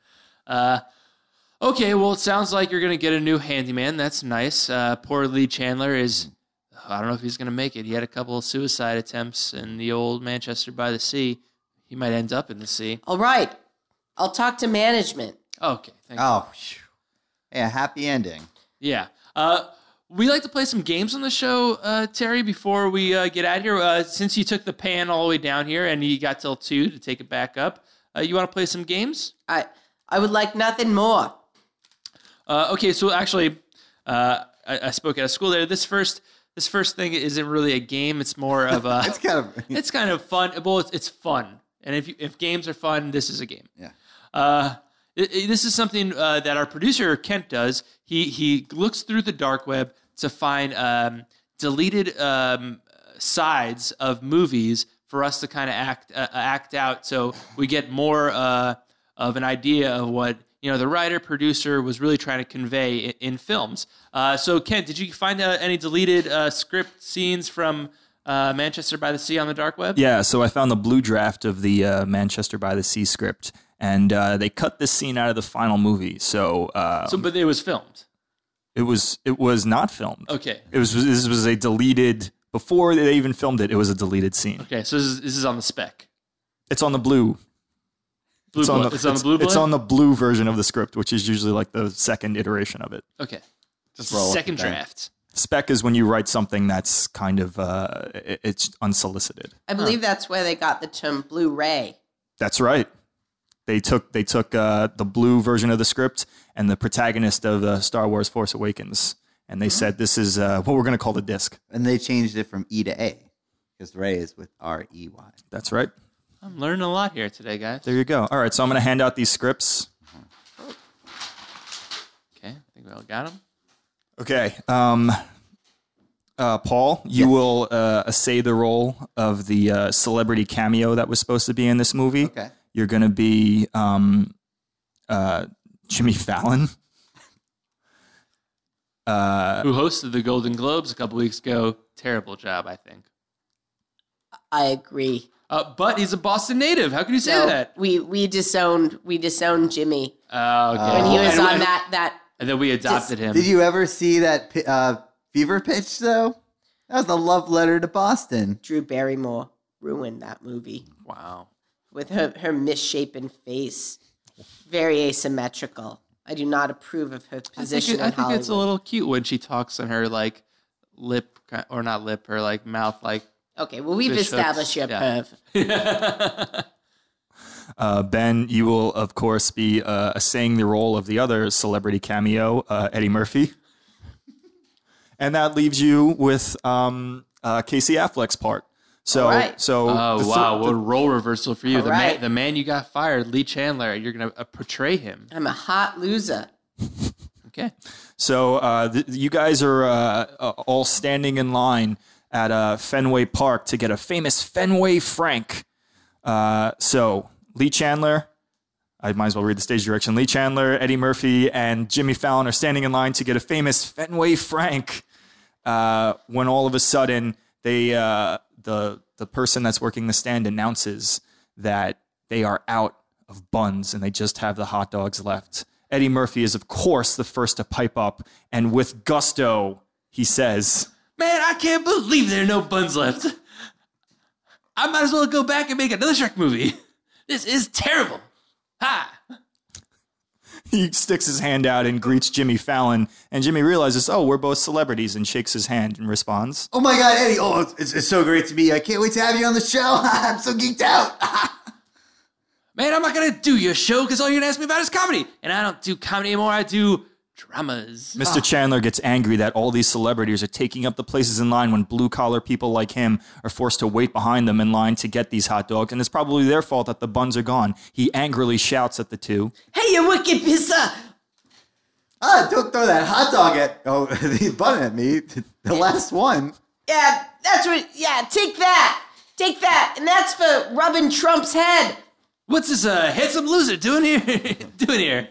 S1: Uh, okay. Well, it sounds like you're going to get a new handyman. That's nice. Uh, poor Lee Chandler is. I don't know if he's going to make it. He had a couple of suicide attempts in the old Manchester by the sea. He might end up in the sea.
S7: All right. I'll talk to management.
S1: Okay. Thank
S2: Oh, phew. yeah. Happy ending.
S1: Yeah. Uh, we like to play some games on the show, uh, Terry, before we uh, get out of here. Uh, since you took the pan all the way down here and you got till two to take it back up, uh, you want to play some games?
S7: I I would like nothing more.
S1: Uh, okay, so actually, uh, I, I spoke at a school there. This first, this first thing isn't really a game. It's more of a.
S2: It's kind of
S1: it's kind of fun. Well, it's, it's fun, and if you, if games are fun, this is a game.
S2: Yeah.
S1: Uh, it- it- this is something uh, that our producer Kent does. He he looks through the dark web to find um, deleted um, sides of movies for us to kind of act uh, act out, so we get more uh, of an idea of what you know the writer producer was really trying to convey in, in films. Uh, so Kent, did you find uh, any deleted uh, script scenes from? Uh, Manchester by the Sea on the dark web.
S4: Yeah, so I found the blue draft of the uh, Manchester by the Sea script, and uh, they cut this scene out of the final movie. So, uh,
S1: So, but it was filmed.
S4: it was it was not filmed.
S1: Okay.
S4: It was this was a deleted before they even filmed it. It was a deleted scene.
S1: Okay. So this is, this is on the spec.
S4: It's on the blue.
S1: Blue
S4: it's on
S1: Blood-
S4: the,
S1: it's on the blue
S4: It's
S1: Blood?
S4: on the blue version of the script, which is usually like the second iteration of it.
S1: Okay.
S2: just roll with
S1: Second
S2: it then.
S1: draft.
S4: Spec is when you write something that's kind of uh, it- it's unsolicited.
S7: I believe that's where they got the term Blu-ray.
S4: That's right. They took they took uh, the blue version of the script and the protagonist of the Star Wars Force Awakens, and they said this is uh, what we're going to call the disc.
S2: And they changed it from E to A because Ray is with R E Y.
S4: That's right.
S1: I'm learning a lot here today, guys.
S4: There you go. All right, so I'm going to hand out these scripts.
S1: Okay. I think we all got them.
S4: Okay, um, uh, Paul, you will uh, assay the role of the uh, celebrity cameo that was supposed to be in this movie.
S2: Okay.
S4: you're going to be um, uh, Jimmy Fallon. Uh,
S1: who hosted the Golden Globes a couple weeks ago. Terrible job, I think.
S7: I agree.
S1: Uh, but he's a Boston native. How can you say
S7: No,
S1: that?
S7: we we disowned we disowned Jimmy
S1: Oh, okay.
S7: when he was
S1: and,
S7: on
S1: and-
S7: that that.
S1: And then we adopted him.
S2: Did you ever see that pi- uh, fever pitch though? That was a love letter to Boston.
S7: Drew Barrymore ruined that movie
S1: wow.
S7: with her her misshapen face, very asymmetrical. I do not approve of her
S1: I think,
S7: position.
S1: it- I
S7: in
S1: think it's a
S7: Hollywood.
S1: little cute when she talks on her like lip ki- or not lip, her like mouth like.
S7: okay. Well, we've
S1: fish
S7: established your
S1: hooks, yeah.
S7: perv.
S4: uh, ben, you will, of course, be uh, assaying the role of the other celebrity cameo, uh, Eddie Murphy. and that leaves you with um, uh, Casey Affleck's part. So,
S7: All right.
S4: so
S1: oh
S4: the thir-
S1: wow,
S4: the-
S1: what a role reversal for you.
S7: All
S1: The
S7: right.
S1: man, the man you got fired, Lee Chandler. You're gonna uh, portray him.
S7: I'm a hot loser.
S1: Okay.
S4: So uh, th- you guys are uh, uh, all standing in line at uh, Fenway Park to get a famous Fenway Frank. Uh, so Lee Chandler, I might as well read the stage direction. Lee Chandler, Eddie Murphy, and Jimmy Fallon are standing in line to get a famous Fenway Frank. Uh, when all of a sudden, they uh, the the person that's working the stand announces that they are out of buns and they just have the hot dogs left. Eddie Murphy is, of course, the first to pipe up, and with gusto, he says,
S1: Man, I can't believe there are no buns left. I might as well go back and make another Shrek movie. This is terrible. Ha!
S4: he sticks his hand out and greets Jimmy Fallon, and Jimmy realizes, oh, we're both celebrities, and shakes his hand and responds.
S2: Oh my God, Eddie! Oh, it's- it's, it's so great to be. I can't wait to have you on the show. I'm so geeked out.
S1: Man, I'm not gonna do your show because all you're gonna ask me about is comedy. And I don't do comedy anymore, I do dramas.
S4: Mr. Chandler gets angry that all these celebrities are taking up the places in line when blue collar people like him are forced to wait behind them in line to get these hot dogs, and it's probably their fault that the buns are gone. He angrily shouts at the two.
S7: Hey, you wicked pisser!
S2: ah, don't throw that hot dog at oh the bun at me. The last one.
S7: Yeah, that's what. Yeah, take that, take that, and that's for rubbing Trump's head.
S1: What's this uh, handsome loser doing here? doing here?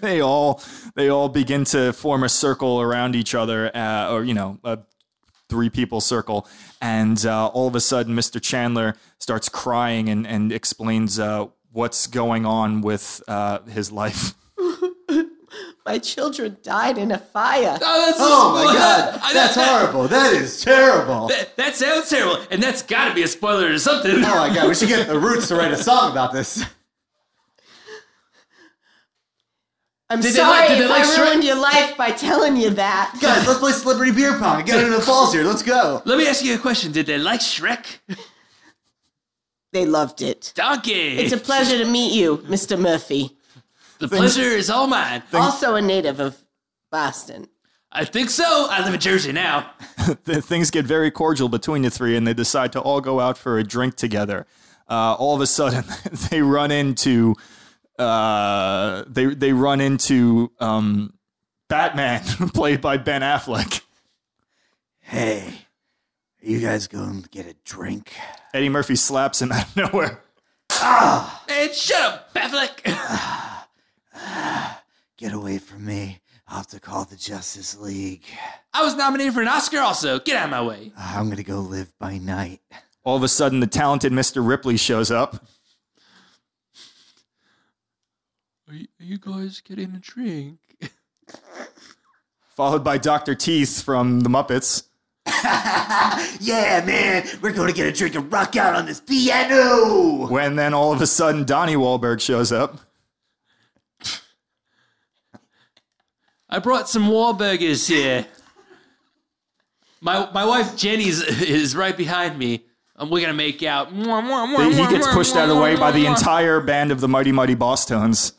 S4: they all they all begin to form a circle around each other, uh, or you know, a three people circle, and uh, all of a sudden, Mr. Chandler starts crying and and explains uh, what's going on with uh, his life.
S7: My children died in a fire.
S1: Oh, that's
S2: Oh my God, that's horrible. That is terrible.
S1: That, that sounds terrible, and that's gotta be a spoiler or something.
S2: Oh my God, we should get the Roots to write a song about this.
S7: I'm
S1: Did they
S7: sorry
S1: like- did they
S7: if
S1: like
S7: I
S1: Shrek?
S7: ruined your life by telling you that.
S2: Guys, let's play celebrity beer pong. I got it in the falls here. Let's go.
S1: Let me ask you a question. Did they like Shrek?
S7: They loved it.
S1: Donkey!
S7: It's a pleasure to meet you, Mr. Murphy.
S1: the pleasure is all mine.
S7: Also a native of Boston.
S1: I think so. I live in Jersey now.
S4: th- things get very cordial between the three, and they decide to all go out for a drink together. Uh, all of a sudden, they run into uh, they they run into um, Batman, played by Ben Affleck.
S2: Hey, are you guys going to get a drink?
S4: Eddie Murphy slaps him out of nowhere.
S1: And shut up, Affleck.
S2: Get away from me. I'll have to call the Justice League.
S1: I was nominated for an Oscar also. Get out of my way.
S2: I'm going to go live by night.
S4: All of a sudden, the talented Mr. Ripley shows up.
S1: Are you, are you guys getting a drink?
S4: Followed by Dr. Teeth from The Muppets.
S2: yeah, man, we're going to get a drink and rock out on this piano.
S4: When then all of a sudden Donnie Wahlberg shows up.
S1: I brought some Wahlburgers here. My my wife Jenny's is right behind me. And we're gonna make out. Mwah, mwah, mwah,
S4: He
S1: mwah,
S4: gets
S1: mwah,
S4: pushed
S1: mwah,
S4: out of the way
S1: mwah,
S4: by the
S1: mwah.
S4: entire band of the Mighty Mighty Boss Tones.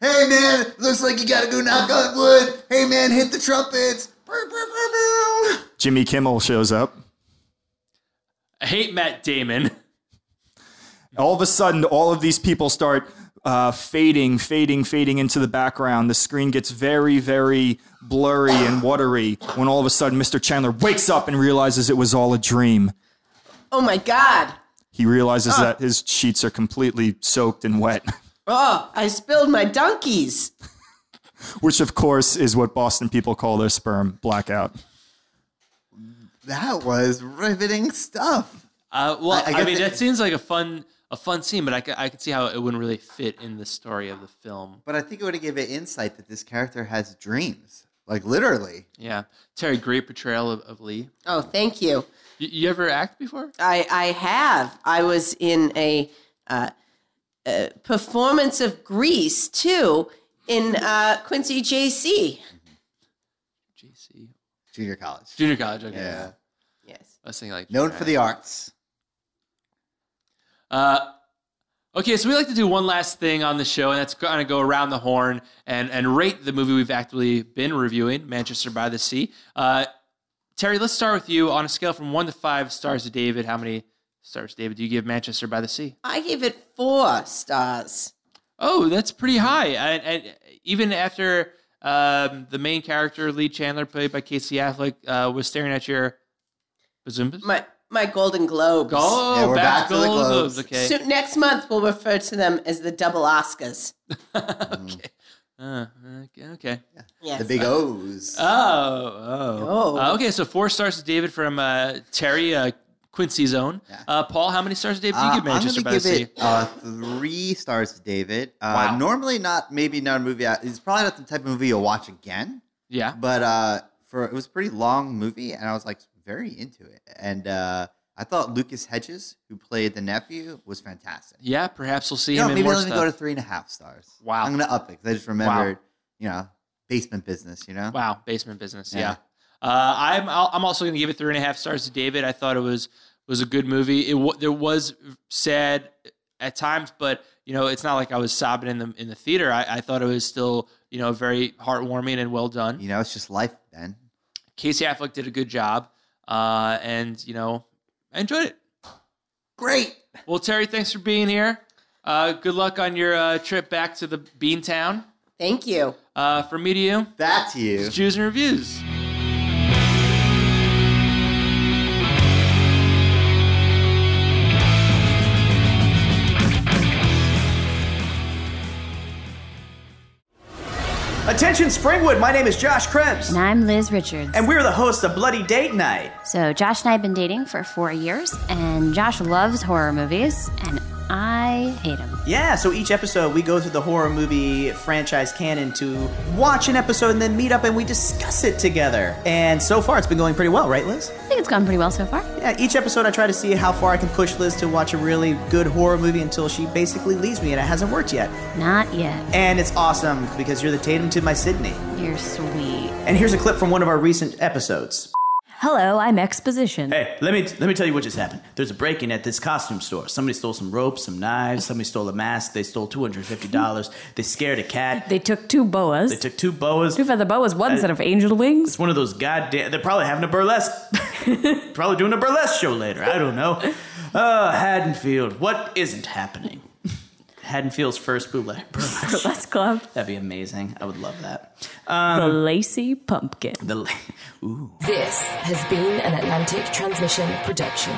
S2: Hey, man, looks like you got to go knock on wood. Hey, man, hit the trumpets. Brr, brr, brr, brr.
S4: Jimmy Kimmel shows up.
S1: I hate Matt Damon.
S4: all of a sudden, all of these people start uh, fading, fading, fading into the background. The screen gets very, very blurry and watery when all of a sudden Mr. Chandler wakes up and realizes it was all a dream.
S7: Oh my God.
S4: He realizes that his sheets are completely soaked and wet.
S7: Oh, I spilled my donkeys.
S4: which of course is what Boston people call their sperm blackout.
S2: That was riveting stuff.
S3: Uh, well,
S2: I- I
S3: I,
S2: get
S3: mean,
S2: the-
S3: that seems like a fun a fun scene, but I can, I can see how it wouldn't really fit in the story of the film.
S2: But I think it would have given insight that this character has dreams, like literally.
S3: Yeah, Terry, great portrayal of, of Lee.
S7: Oh, thank you.
S3: You, you ever act before?
S7: I, I have. I was in a uh, uh, performance of Grease too in uh, Quincy JC.
S3: JC,
S2: Junior college.
S3: junior college. Okay.
S2: Yeah.
S7: Yes.
S3: I was thinking like
S2: Known for the arts.
S3: Uh, okay, so we like to do one last thing on the show, and that's going to go around the horn and and rate the movie we've actively been reviewing, Manchester by the Sea. Uh, Terry, let's start with you on a scale from one to five stars to David. How many stars, David, do you give Manchester by the Sea?
S7: I gave it four stars.
S3: Oh, that's pretty high. And, and even after um, the main character, Lee Chandler, played by Casey Affleck, uh, was staring at your bazoombas.
S7: My my Golden Globes.
S3: oh,
S2: Yeah, we're
S3: back,
S2: back to the
S3: Golden
S2: Globes.
S3: Globes. Okay.
S7: So next month we'll refer to them as the double Oscars.
S3: okay. Uh, okay. Okay.
S7: Yes.
S2: The big O's.
S3: Oh, oh.
S7: Oh.
S3: Uh, okay, so four stars to David from uh, Terry uh, Quincy's own. Uh, Paul, how many stars to David do you
S2: Uh,
S3: give Manchester
S2: I'm
S3: by
S2: gonna
S3: the
S2: give
S3: Sea?
S2: it uh, three stars to David. Uh,
S3: Wow.
S2: Normally, not maybe not a movie. I, it's probably not the type of movie you'll watch again.
S3: Yeah.
S2: But uh, for it was a pretty long movie, and I was like very into it. And uh, I thought Lucas Hedges, who played the nephew, was fantastic.
S3: Yeah, perhaps we'll see
S2: You know,
S3: him in
S2: maybe
S3: more
S2: I'll even
S3: stuff.
S2: go to three and a half stars.
S3: Wow.
S2: I'm gonna up it because I just remembered, you know, basement business. You know,
S3: Wow, basement business. Yeah,
S2: Yeah.
S3: Uh, I'm I'll- I'm also going to give it three and a half stars to David. I thought it was was a good movie. It wa- there was sad at times, but you know it's not like I was sobbing in the in the theater. I, I thought it was still you know very heartwarming and well done.
S2: you know, it's just life, Ben.
S3: Casey Affleck did a good job, uh, and you know I enjoyed it.
S2: Great.
S3: Well, Terry, thanks for being here. Uh, good luck on your uh, trip back to the Bean Town.
S7: Thank you.
S3: Uh, from me to you,
S2: That's you.
S3: it's Jews and Reviews.
S8: Attention Springwood, my name is Josh Krebs.
S9: And I'm Liz Richards.
S8: And we're the hosts of Bloody Date Night.
S9: so Josh and I have been dating for four years, and Josh loves horror movies, and I hate them.
S8: Yeah, so each episode we go through the horror movie franchise canon to watch an episode and then meet up and we discuss it together. And so far it's been going pretty well, right, Liz?
S9: I think it's gone pretty well so far.
S8: Yeah, each episode I try to see how far I can push Liz to watch a really good horror movie until she basically leaves me and it hasn't worked yet.
S9: Not yet.
S8: And it's awesome because you're the Tatum to my Sydney.
S9: You're sweet.
S8: And here's a clip from one of our recent episodes.
S9: Hello, I'm Exposition.
S8: Hey, let me let me tell you what just happened. There's a break-in at this costume store. Somebody stole some ropes, some knives. Somebody stole a mask. They stole two hundred fifty dollars. They scared a cat.
S10: They took two boas.
S8: They took two boas.
S10: two feather boas, one set of angel wings.
S8: It's one of those goddamn. They're probably having a burlesque. probably doing a burlesque show later. I don't know. Uh, Haddonfield. What isn't happening? Haddonfield's first bootleg burlesque.
S10: Burlesque Club,
S8: That'd be amazing. I would love that.
S10: the Lacey Pumpkin.
S8: The. la- Ooh.
S11: This has been an Atlantic Transmission production.